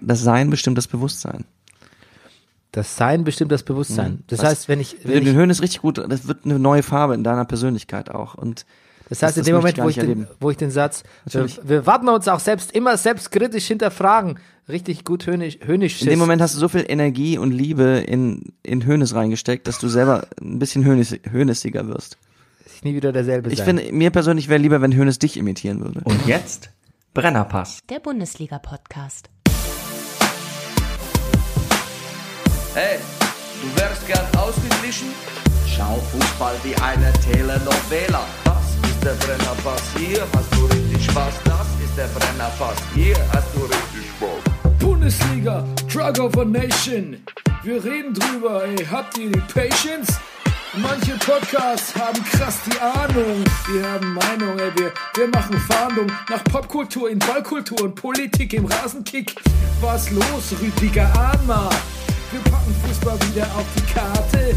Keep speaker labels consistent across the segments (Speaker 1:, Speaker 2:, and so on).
Speaker 1: das Sein bestimmt das Bewusstsein.
Speaker 2: Das Sein bestimmt das Bewusstsein. Das
Speaker 1: Mhm. Was-
Speaker 2: heißt, wenn ich,
Speaker 1: Wenn
Speaker 2: wenn
Speaker 1: du
Speaker 2: ich
Speaker 1: den Höhen ist richtig gut, das wird eine neue Farbe in deiner Persönlichkeit auch. Und
Speaker 2: das heißt, in dem Moment, wo ich, den, wo ich den Satz, wir,
Speaker 1: Natürlich.
Speaker 2: wir warten uns auch selbst immer selbstkritisch hinterfragen, richtig gut höhnisch, höhnisch
Speaker 1: In dem Moment hast du so viel Energie und Liebe in, in Hönes reingesteckt, dass du selber ein bisschen Hönes, Hönesiger wirst.
Speaker 2: ich nie wieder derselbe
Speaker 1: Ich
Speaker 2: sein.
Speaker 1: finde, mir persönlich wäre lieber, wenn Hönes dich imitieren
Speaker 2: Oh.
Speaker 1: würde.
Speaker 3: Und jetzt Brennerpass.
Speaker 4: Der Bundesliga-Podcast.
Speaker 5: Hey, du wärst gern ausgeglichen? Schau Fußball wie eine Telenovela. Das ist der Brennerpass, hier hast du richtig Spaß. Das ist der Brennerpass, hier hast du richtig Spaß.
Speaker 6: Bundesliga, Drug of a Nation. Wir reden drüber, ey, habt ihr die Patience? Manche Podcasts haben krass die Ahnung. Wir haben Meinung, ey, wir, wir machen Fahndung nach Popkultur in Ballkultur und Politik im Rasenkick. Was los, Rüdiger Ahnma? Wir packen Fußball wieder auf die Karte.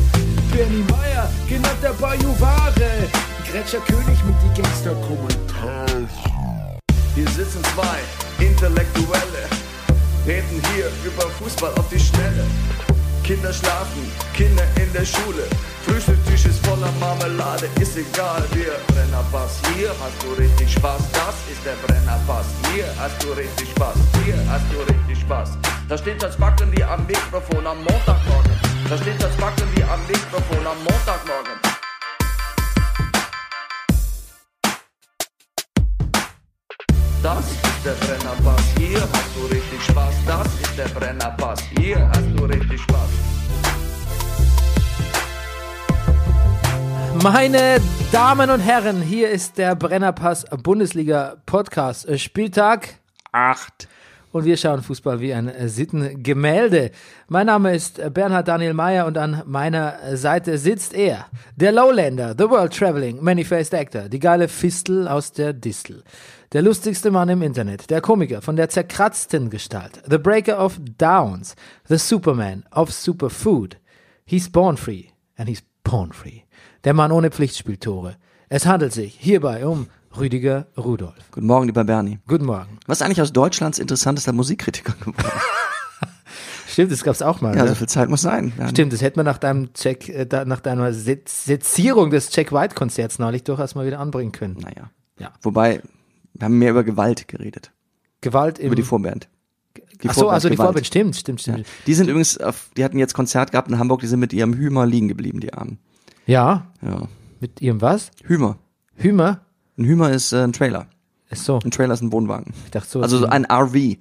Speaker 6: Bernie Meyer, genannt der Bayou Ware. Gretscher König mit die Gangster-Kommentare.
Speaker 5: Hier sitzen zwei Intellektuelle, reden hier über Fußball auf die Schnelle. Kinder schlafen, Kinder in der Schule. Frühstücktisch ist voller Marmelade, ist egal. Wir Brennerpass, hier hast du richtig Spaß. Das ist der Brennerpass, hier hast du richtig Spaß. Hier hast du richtig Spaß. Da steht das Backen wie am Mikrofon am Montagmorgen. Da steht das Backen wie am Mikrofon am Montagmorgen. Das ist der Brennerpass, hier hast du richtig Spaß. Das ist der Brennerpass, hier hast du richtig Spaß.
Speaker 2: Meine Damen und Herren, hier ist der Brennerpass Bundesliga Podcast äh, Spieltag 8 und wir schauen Fußball wie ein äh, Sittengemälde. Mein Name ist äh, Bernhard Daniel Mayer und an meiner äh, Seite sitzt er, der Lowlander, the world traveling many-faced actor, die geile Fistel aus der Distel. Der lustigste Mann im Internet, der Komiker von der zerkratzten Gestalt, the breaker of downs, the Superman of Superfood. He's born free and he's porn free. Der Mann ohne Pflichtspieltore. Es handelt sich hierbei um Rüdiger Rudolf.
Speaker 1: Guten Morgen, lieber Bernie.
Speaker 2: Guten Morgen.
Speaker 1: Was ist eigentlich aus Deutschlands interessantester Musikkritiker geworden?
Speaker 2: Stimmt, das gab's auch mal.
Speaker 1: Ja,
Speaker 2: ne?
Speaker 1: so viel Zeit muss sein. Ja.
Speaker 2: Stimmt, das hätte man nach deinem Check, äh, da- nach deiner Se- Sezierung des Jack White Konzerts neulich durchaus mal wieder anbringen können.
Speaker 1: Naja.
Speaker 2: Ja.
Speaker 1: Wobei, wir haben mehr über Gewalt geredet.
Speaker 2: Gewalt im
Speaker 1: Über die Vorband. Die
Speaker 2: Mhm. Ach so, also die
Speaker 1: Gewalt.
Speaker 2: Vorband, stimmt, stimmt,
Speaker 1: Ja.
Speaker 2: stimmt.
Speaker 1: Die sind übrigens, auf, die hatten jetzt Konzert gehabt in Hamburg, die sind mit ihrem Hümer liegen geblieben, die Armen.
Speaker 2: Ja,
Speaker 1: Ja.
Speaker 2: mit ihrem was?
Speaker 1: Hümer.
Speaker 2: Hümer?
Speaker 1: Ein Hümer ist äh, ein Trailer.
Speaker 2: Ach so,
Speaker 1: Ein Trailer ist ein Wohnwagen.
Speaker 2: ich dachte so.
Speaker 1: Also so ein RV.
Speaker 2: okay,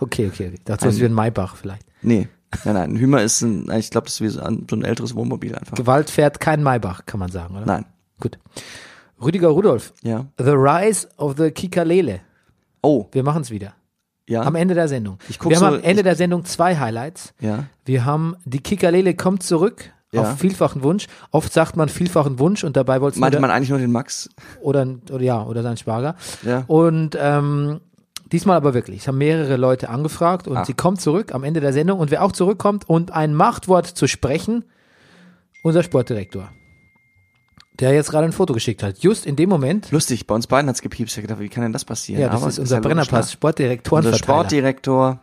Speaker 2: okay, okay. Ich dachte so, es wie ein Maybach vielleicht.
Speaker 1: Nee, nein, nein. Ein Hümer ist ein, ich glaube, das ist wie so ein, so ein älteres Wohnmobil einfach.
Speaker 2: Gewalt fährt kein Maybach, kann man sagen, oder?
Speaker 1: Nein.
Speaker 2: Gut. Rüdiger Rudolf,
Speaker 1: Ja.
Speaker 2: The Rise of the Kikalele.
Speaker 1: Oh,
Speaker 2: Wir machen's wieder.
Speaker 1: ja.
Speaker 2: Am Ende der Sendung.
Speaker 1: Ah. Ich guck
Speaker 2: wir haben
Speaker 1: so-
Speaker 2: am Ende der Sendung zwei Highlights.
Speaker 1: Ja.
Speaker 2: Wir haben die Kikalele kommt zurück
Speaker 1: Ja.
Speaker 2: auf vielfachen Wunsch. Oft sagt man vielfachen Wunsch und dabei wollte
Speaker 1: Meinte man
Speaker 2: oder,
Speaker 1: eigentlich nur den Max?
Speaker 2: oder, oder ja oder sein Schwager.
Speaker 1: Ja.
Speaker 2: Und ähm, diesmal aber wirklich. Es haben mehrere Leute angefragt
Speaker 1: Ah.
Speaker 2: und sie kommt zurück am Ende der Sendung und wer auch zurückkommt und ein Machtwort zu sprechen, unser Sportdirektor, der jetzt gerade ein Foto geschickt hat. Just in dem Moment.
Speaker 1: Lustig, bei uns beiden hat's gepiepst. Ich hab gedacht, wie kann denn das passieren?
Speaker 2: Ja, das
Speaker 1: Aber
Speaker 2: ist
Speaker 1: es
Speaker 2: unser
Speaker 1: Genau, ja logisch,
Speaker 2: Brennerpass,
Speaker 1: ne?
Speaker 2: Sportdirektorenverteiler.
Speaker 1: Unser Sportdirektor.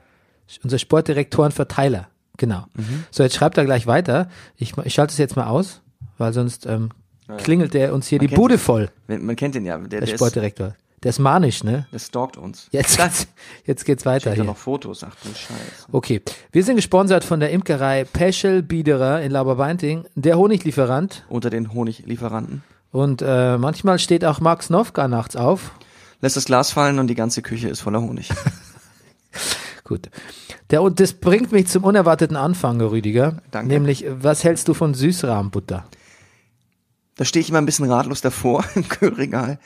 Speaker 2: unser Sportdirektorenverteiler. Genau.
Speaker 1: Mhm.
Speaker 2: So, jetzt schreibt er gleich weiter. Ich, ma- ich schalte es jetzt mal aus, weil sonst ähm, klingelt der uns hier die
Speaker 1: kennt
Speaker 2: Bude
Speaker 1: ihn.
Speaker 2: voll,
Speaker 1: Man man kennt den ja. Der,
Speaker 2: der,
Speaker 1: der, ist,
Speaker 2: Sportdirektor. der ist manisch, ne?
Speaker 1: der stalkt uns.
Speaker 2: Jetzt, geht's- jetzt geht's weiter
Speaker 1: Da
Speaker 2: hier.
Speaker 1: noch Fotos. Ach du Scheiße.
Speaker 2: Okay. Wir sind gesponsert von der Imkerei Peschel Biederer in Laberweinting, der Honiglieferant.
Speaker 1: Unter den Honiglieferanten.
Speaker 2: Und äh, manchmal steht auch Max Nowka nachts auf.
Speaker 1: Lässt das Glas fallen und die ganze Küche ist voller Honig.
Speaker 2: Gut. Der, und das bringt mich zum unerwarteten Anfang, Rüdiger.
Speaker 1: Danke.
Speaker 2: Nämlich, was hältst du von Süßrahmenbutter?
Speaker 1: Da stehe ich immer ein bisschen ratlos davor im Kühlregal.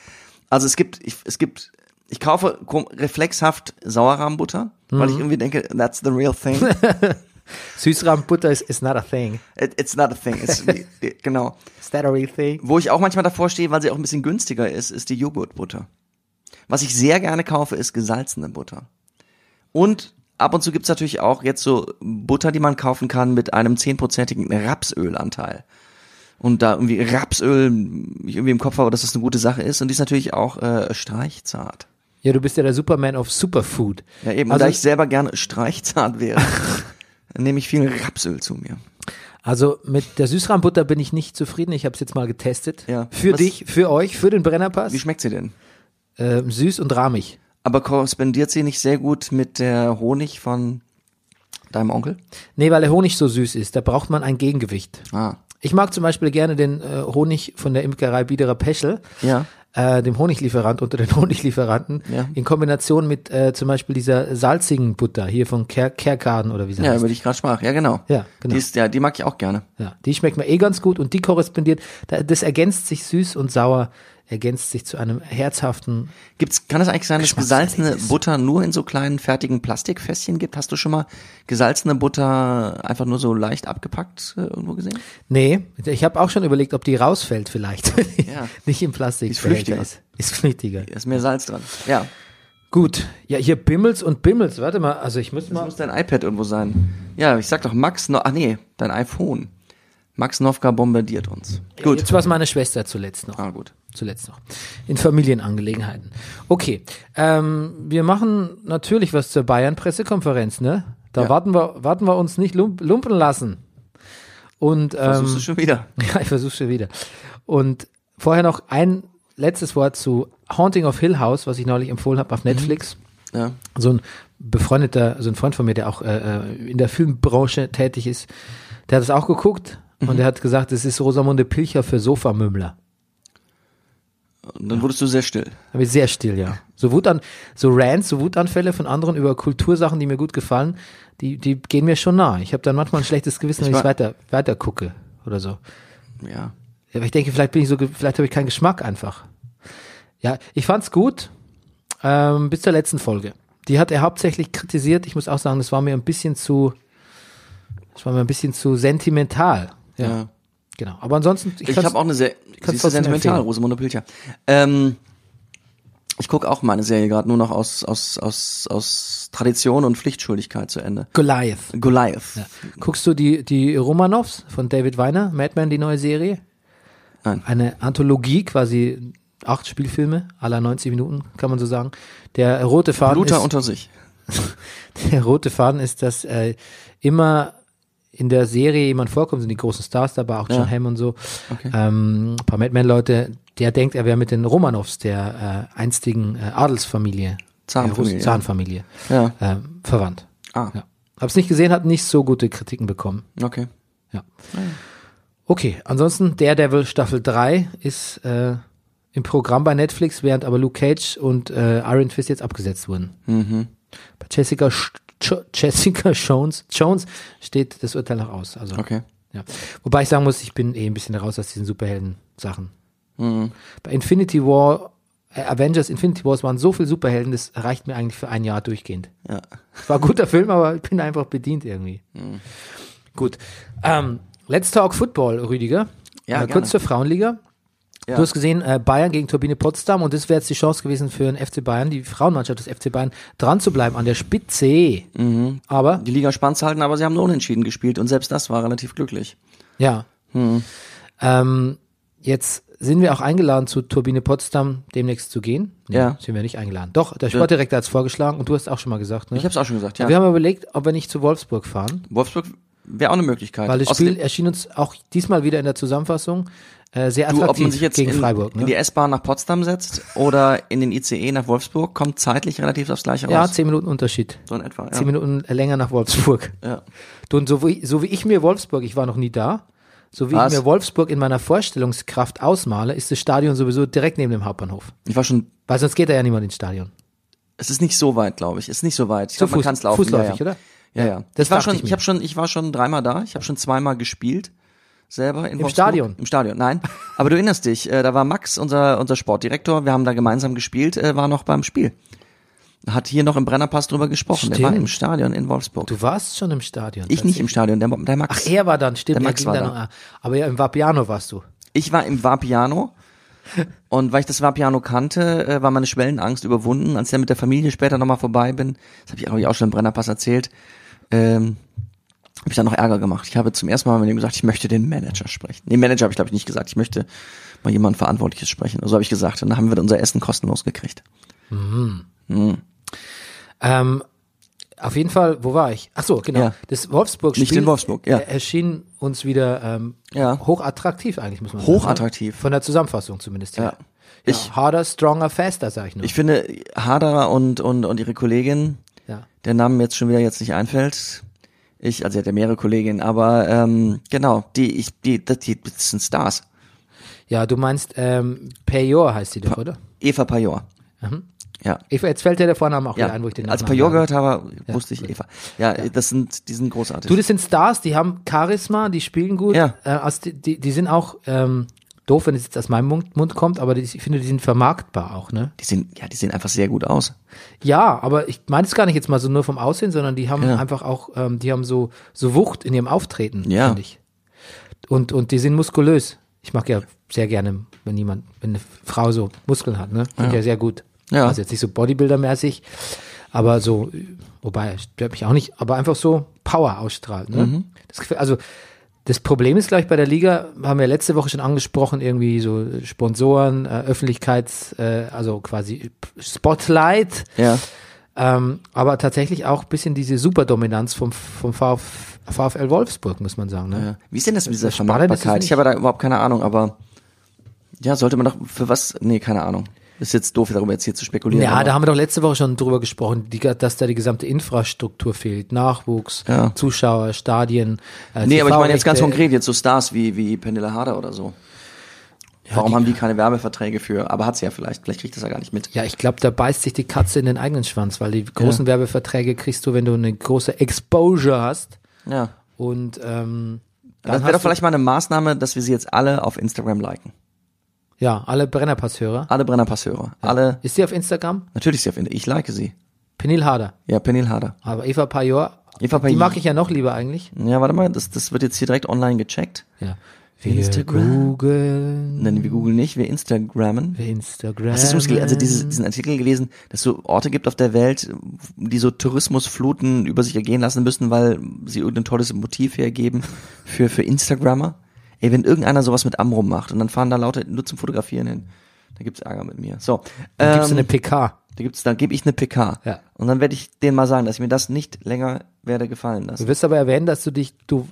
Speaker 1: Also es gibt, ich, es gibt, ich kaufe kom- reflexhaft Sauerrahmbutter, weil ich irgendwie denke, that's the real thing.
Speaker 2: Süßrahmenbutter is, is not a thing.
Speaker 1: It, it's not a thing. It's, genau.
Speaker 2: Is that a real thing?
Speaker 1: Wo ich auch manchmal davor stehe, weil sie auch ein bisschen günstiger ist, ist die Joghurtbutter. Was ich sehr gerne kaufe, ist gesalzene Butter. Und ab und zu gibt's natürlich auch jetzt so Butter, die man kaufen kann mit einem zehnprozentigen Rapsölanteil. Und da irgendwie Rapsöl ich irgendwie im Kopf habe, dass das eine gute Sache ist. Und die ist natürlich auch äh, streichzart.
Speaker 2: Ja, du bist ja der Superman of Superfood.
Speaker 1: Ja, eben.
Speaker 2: Also-
Speaker 1: und da ich selber gerne streichzart wäre, nehme ich viel Rapsöl zu mir.
Speaker 2: Also mit der Süßrahmbutter bin ich nicht zufrieden. Ich habe es jetzt mal getestet.
Speaker 1: Ja.
Speaker 2: Für
Speaker 1: Was-
Speaker 2: dich, für euch, für den
Speaker 1: Wie
Speaker 2: Brennerpass.
Speaker 1: schmeckt sie denn?
Speaker 2: Ähm, süß und rahmig.
Speaker 1: Aber korrespondiert sie nicht sehr gut mit der Honig von deinem Onkel?
Speaker 2: Nee, weil der Honig so süß ist, da braucht man ein Gegengewicht.
Speaker 1: Ah,
Speaker 2: Ich mag zum Beispiel gerne den äh, Honig von der Imkerei Biederer Peschel.
Speaker 1: ja.
Speaker 2: Äh, dem Honiglieferant unter den Honiglieferanten
Speaker 1: Ja.
Speaker 2: in Kombination mit äh, zum Beispiel dieser salzigen Butter hier von Ker Kerkaden oder wie sie
Speaker 1: Ja,
Speaker 2: heißt.
Speaker 1: über die ich gerade sprach. Ja, genau.
Speaker 2: Ja, genau.
Speaker 1: Die, ist, ja, die mag ich auch gerne.
Speaker 2: Ja, die schmeckt mir eh ganz gut und die korrespondiert, da- das ergänzt sich süß und sauer, ergänzt sich zu einem herzhaften
Speaker 1: Gibt's, kann es eigentlich sein, dass es gesalzene
Speaker 2: Geschmackserlebnis.
Speaker 1: Butter nur in so kleinen fertigen Plastikfässchen gibt? Hast du schon mal gesalzene Butter einfach nur so leicht abgepackt äh, irgendwo gesehen?
Speaker 2: Nee, ich habe auch schon überlegt, ob die rausfällt vielleicht.
Speaker 1: Ja.
Speaker 2: Nicht im Plastik.
Speaker 1: Ist flüchtiger.
Speaker 2: Ist, ist flüchtiger.
Speaker 1: Da ist mehr Salz dran. Ja,
Speaker 2: Gut, ja, hier Bimmels und Bimmels. Warte mal, also ich muss
Speaker 1: das
Speaker 2: mal.
Speaker 1: muss dein iPad irgendwo sein. Ja, ich sag doch Max, no ach nee, dein iPhone. Max Nowka bombardiert uns. Gut.
Speaker 2: Jetzt war es meine Schwester zuletzt noch.
Speaker 1: Ah, gut.
Speaker 2: Zuletzt noch. In Familienangelegenheiten. Okay, ähm, wir machen natürlich was zur Bayern-Pressekonferenz, ne? Da
Speaker 1: Ja.
Speaker 2: warten, wir, warten wir uns nicht lump lumpen lassen. Und, ähm,
Speaker 1: Versuchst du schon wieder.
Speaker 2: Ja, ich versuche schon wieder. Und vorher noch ein letztes Wort zu Haunting of Hill House, was ich neulich empfohlen habe auf Netflix.
Speaker 1: Ja.
Speaker 2: So ein befreundeter, so ein Freund von mir, der auch äh, äh, in der Filmbranche tätig ist, der hat es auch geguckt und der hat gesagt, es ist Rosamunde Pilcher für Sofamümmler.
Speaker 1: Und dann wurdest du sehr still.
Speaker 2: Aber sehr still, ja. So Wutan, so Rants, so Wutanfälle von anderen über Kultursachen, die mir gut gefallen, die, die gehen mir schon nah. Ich habe dann manchmal ein schlechtes Gewissen, wenn ich
Speaker 1: war-
Speaker 2: weiter, weiter gucke oder so.
Speaker 1: Ja.
Speaker 2: Ja, aber ich denke, vielleicht bin ich so, ge- vielleicht habe ich keinen Geschmack einfach. Ja, ich fand's gut ähm, bis zur letzten Folge. Die hat er hauptsächlich kritisiert. Ich muss auch sagen, das war mir ein bisschen zu, das war mir ein bisschen zu sentimental. Ja,
Speaker 1: Ja.
Speaker 2: genau. Aber ansonsten, ich,
Speaker 1: Ich,
Speaker 2: kann's-
Speaker 1: habe auch eine sehr siehst du,
Speaker 2: trotzdem
Speaker 1: sentimental,
Speaker 2: empfehlen.
Speaker 1: Rosamunde Pilcher. Ähm, ich gucke auch meine Serie gerade nur noch aus, aus, aus, aus Tradition und Pflichtschuldigkeit zu Ende.
Speaker 2: Goliath.
Speaker 1: Goliath.
Speaker 2: Guckst du die die Romanovs von David Weiner, Madman die neue Serie?
Speaker 1: Nein.
Speaker 2: Eine Anthologie, quasi acht Spielfilme aller 90 Minuten, kann man so sagen. Der rote Faden
Speaker 1: Luther
Speaker 2: ist,
Speaker 1: unter sich.
Speaker 2: der rote Faden ist, dass äh, immer in der Serie jemand vorkommt, sind die großen Stars dabei, auch John
Speaker 1: Ja.
Speaker 2: Hamm und so, ähm, ein paar Madman-Leute, der denkt, er wäre mit den Romanows, der äh, einstigen äh, Adelsfamilie,
Speaker 1: Zarenfamilie.
Speaker 2: der Russen- Zarenfamilie
Speaker 1: Ja.
Speaker 2: äh, verwandt.
Speaker 1: Ah,
Speaker 2: Ja. Hab's nicht gesehen, hat nicht so gute Kritiken bekommen.
Speaker 1: okay.
Speaker 2: Ja. Okay, ansonsten Daredevil Staffel 3 ist äh, im Programm bei Netflix, während aber Luke Cage und äh, Iron Fist jetzt abgesetzt wurden. Bei Jessica, Sch Jo- Jessica Jones, Jones steht das Urteil noch aus. Also,
Speaker 1: Okay.
Speaker 2: ja. Wobei ich sagen muss, ich bin eh ein bisschen raus aus diesen Superhelden-Sachen.
Speaker 1: Mhm.
Speaker 2: Bei Infinity War, äh, Avengers Infinity Wars waren so viele Superhelden, das reicht mir eigentlich für ein Jahr durchgehend.
Speaker 1: Ja. Mhm.
Speaker 2: Es war ein guter Film, aber ich bin einfach bedient irgendwie. Gut. Ähm, let's talk Football, Rüdiger.
Speaker 1: Ja,
Speaker 2: äh,
Speaker 1: gerne.
Speaker 2: kurz zur Frauenliga.
Speaker 1: Ja.
Speaker 2: Du hast gesehen, äh, Bayern gegen Turbine Potsdam und das wäre jetzt die Chance gewesen für den FC Bayern, die Frauenmannschaft des FC Bayern, dran zu bleiben an der Spitze. Aber,
Speaker 1: Mhm. Die Liga spannend zu halten, aber sie haben nur unentschieden gespielt und selbst das war relativ glücklich.
Speaker 2: ja.
Speaker 1: Hm.
Speaker 2: Ähm, jetzt sind wir auch eingeladen, zu Turbine Potsdam demnächst zu gehen. Nee,
Speaker 1: Ja.
Speaker 2: Sind wir nicht eingeladen. Doch, der Sportdirektor hat's vorgeschlagen und du hast auch schon mal gesagt. Ne?
Speaker 1: Ich habe es auch schon gesagt, ja.
Speaker 2: Wir haben überlegt, ob wir nicht zu Wolfsburg fahren.
Speaker 1: Wolfsburg wäre auch eine Möglichkeit.
Speaker 2: Weil das
Speaker 1: Außerdem-
Speaker 2: Spiel erschien uns auch diesmal wieder in der Zusammenfassung äh, sehr attraktiv
Speaker 1: du, ob man sich jetzt
Speaker 2: gegen
Speaker 1: in,
Speaker 2: Freiburg.
Speaker 1: in die
Speaker 2: Ne?
Speaker 1: S-Bahn nach Potsdam setzt oder in den ICE nach Wolfsburg, kommt zeitlich relativ aufs Gleiche
Speaker 2: Ja,
Speaker 1: raus.
Speaker 2: zehn Minuten Unterschied.
Speaker 1: so in etwa.
Speaker 2: Zehn
Speaker 1: ja.
Speaker 2: Minuten länger nach Wolfsburg.
Speaker 1: Ja.
Speaker 2: Du, und so wie, so wie ich mir Wolfsburg, ich war noch nie da, so wie
Speaker 1: Was?
Speaker 2: ich mir Wolfsburg in meiner Vorstellungskraft ausmale, ist das Stadion sowieso direkt neben dem Hauptbahnhof.
Speaker 1: Ich war schon
Speaker 2: Weil sonst geht da ja niemand ins Stadion.
Speaker 1: Es ist nicht so weit, glaube ich. Es ist nicht so weit. Ich
Speaker 2: Zu
Speaker 1: glaube, man
Speaker 2: Fuß-
Speaker 1: kann es laufen.
Speaker 2: fußläufig,
Speaker 1: ja, ja.
Speaker 2: oder?
Speaker 1: Ja, ja.
Speaker 2: Das
Speaker 1: ich war
Speaker 2: dachte
Speaker 1: schon,
Speaker 2: ich
Speaker 1: ich,
Speaker 2: mir.
Speaker 1: habe schon, ich war schon dreimal da. Ich habe schon zweimal gespielt selber in Im
Speaker 2: Stadion?
Speaker 1: Im Stadion, nein. Aber du erinnerst dich, äh, da war Max, unser unser Sportdirektor. Wir haben da gemeinsam gespielt. Äh, war noch beim Spiel. Hat hier noch im Brennerpass drüber gesprochen. Der war
Speaker 2: Stimmt.
Speaker 1: im Stadion in Wolfsburg.
Speaker 2: Du warst schon im Stadion.
Speaker 1: ich nicht im Stadion. Der, der Max.
Speaker 2: Ach, er war dann, stimmt,
Speaker 1: Der
Speaker 2: er
Speaker 1: Max
Speaker 2: ging
Speaker 1: war
Speaker 2: dann
Speaker 1: da.
Speaker 2: noch- ah, Aber ja, im Vapiano warst du.
Speaker 1: Ich war im Vapiano. Und weil ich das Vapiano kannte, äh, war meine Schwellenangst überwunden. Als ich dann mit der Familie später nochmal vorbei bin, das habe ich glaube ich, auch schon im Brennerpass erzählt, ähm, habe ich dann noch Ärger gemacht. Ich habe zum ersten Mal mit ihm gesagt, ich möchte den Manager sprechen. Den Manager habe ich, glaube ich, nicht gesagt. Ich möchte mal jemanden Verantwortliches sprechen. Also habe ich gesagt. Und dann haben wir unser Essen kostenlos gekriegt.
Speaker 2: Ähm, auf jeden Fall, wo war ich? Ach so, genau.
Speaker 1: Ja.
Speaker 2: Das Wolfsburg-Spiel
Speaker 1: Nicht in Wolfsburg, ja.
Speaker 2: äh, erschien uns wieder ähm,
Speaker 1: Ja.
Speaker 2: hochattraktiv eigentlich, muss man sagen.
Speaker 1: Hochattraktiv.
Speaker 2: Von der Zusammenfassung zumindest her.
Speaker 1: Ja. Ich-
Speaker 2: ja, harder, stronger, faster, sag ich nur.
Speaker 1: Ich finde, Haderer und, und, und ihre Kollegin,
Speaker 2: ja.
Speaker 1: der Name mir jetzt schon wieder jetzt nicht einfällt. Ich, also sie hat ja mehrere Kolleginnen, aber ähm, genau, die, ich, die, das, die, das sind Stars.
Speaker 2: ja, du meinst ähm, Payor heißt sie doch, oder?
Speaker 1: Eva Pajor. Ja.
Speaker 2: Ich, jetzt fällt dir der Vorname auch
Speaker 1: Ja, Also
Speaker 2: wieder ein, Mhm. wo ich den
Speaker 1: als
Speaker 2: Nachnamen
Speaker 1: Pajor
Speaker 2: habe.
Speaker 1: gehört habe, wusste ich Eva. Ja, das sind, die sind großartig.
Speaker 2: Du, das sind Stars, die haben Charisma, die spielen gut.
Speaker 1: Ja.
Speaker 2: Äh, aus, die, die, die sind auch ähm, doof, wenn es jetzt aus meinem Mund, Mund kommt, aber die, ich finde, die sind vermarktbar auch, ne?
Speaker 1: die sehen, ja, die sehen einfach sehr gut aus.
Speaker 2: Ja, aber ich meine es gar nicht jetzt mal so nur vom Aussehen, sondern die haben
Speaker 1: Ja.
Speaker 2: einfach auch, ähm, die haben so, so Wucht in ihrem Auftreten,
Speaker 1: Ja.
Speaker 2: finde ich. Und, und die sind muskulös. Ich mag ja sehr gerne, wenn jemand, wenn eine Frau so Muskeln hat, ne? Finde ja. ja sehr gut.
Speaker 1: Ja.
Speaker 2: Also jetzt nicht so Bodybuilder-mäßig, aber so, wobei, stört mich auch nicht, aber einfach so Power ausstrahlt, ne?
Speaker 1: Mhm.
Speaker 2: Das gefällt, also, das Problem ist gleich bei der Liga, haben wir letzte Woche schon angesprochen, irgendwie so Sponsoren, äh, Öffentlichkeits, äh, also quasi Spotlight.
Speaker 1: Ja.
Speaker 2: Ähm, aber tatsächlich auch ein bisschen diese Superdominanz vom, vom Vf, VfL Wolfsburg, muss man sagen. Ne?
Speaker 1: Ja. Wie ist denn das mit dieser
Speaker 2: Spannend ist es
Speaker 1: Vermarktbarkeit?
Speaker 2: nicht.
Speaker 1: Ich habe da überhaupt keine Ahnung, aber ja, sollte man doch für was? Nee, keine Ahnung. Ist jetzt doof, darüber jetzt hier zu spekulieren.
Speaker 2: Ja,
Speaker 1: aber-
Speaker 2: da haben wir doch letzte Woche schon drüber gesprochen, die, dass da die gesamte Infrastruktur fehlt. Nachwuchs,
Speaker 1: Ja.
Speaker 2: Zuschauer, Stadien. Äh,
Speaker 1: Nee, aber ich meine jetzt ganz
Speaker 2: TV-Rechte.
Speaker 1: konkret, jetzt so Stars wie, wie Pernilla Harder oder so. Warum haben die keine Werbeverträge für? Aber hat sie ja vielleicht. Vielleicht kriegt das ja gar nicht mit.
Speaker 2: Ja, ich glaube, da beißt sich die Katze in den eigenen Schwanz, weil die großen Werbeverträge kriegst du, wenn du eine große Exposure hast.
Speaker 1: Ja.
Speaker 2: Und ähm, dann
Speaker 1: Das
Speaker 2: hast
Speaker 1: wäre doch
Speaker 2: du-
Speaker 1: vielleicht mal eine Maßnahme, dass wir sie jetzt alle auf Instagram liken.
Speaker 2: Ja, alle Brennerpass-Hörer.
Speaker 1: Alle Brennerpasshörer. Alle.
Speaker 2: Ist sie auf Instagram?
Speaker 1: Natürlich, sie auf Insta- Ich like sie.
Speaker 2: Penil Harder.
Speaker 1: Ja, Pernil Harder.
Speaker 2: Aber Eva Pajor,
Speaker 1: Eva
Speaker 2: die
Speaker 1: Pajor.
Speaker 2: mag ich ja noch lieber eigentlich.
Speaker 1: Ja, warte mal, das, das wird jetzt hier direkt online gecheckt.
Speaker 2: Ja. Wir
Speaker 1: Instagram.
Speaker 2: googeln.
Speaker 1: Nein, wir googeln nicht, wir Instagrammen.
Speaker 2: Wir Instagram.
Speaker 1: Hast du das gelesen? Also
Speaker 2: Ähm.
Speaker 1: diese, diesen Artikel gelesen, dass es so Orte gibt auf der Welt, die so Tourismusfluten über sich ergehen lassen müssen, weil sie irgendein tolles Motiv hergeben für, für Instagrammer? Ey, wenn irgendeiner sowas mit Amrum macht und dann fahren da Leute nur zum Fotografieren hin, da gibt's Ärger mit mir. So,
Speaker 2: Dann gibst du eine
Speaker 1: ähm,
Speaker 2: PK.
Speaker 1: da gibt's, da gebe ich eine PK.
Speaker 2: Ja.
Speaker 1: Und dann werde ich denen mal sagen, dass ich mir das nicht länger werde gefallen
Speaker 2: Du
Speaker 1: lassen.
Speaker 2: wirst aber erwähnen, dass du dich, du,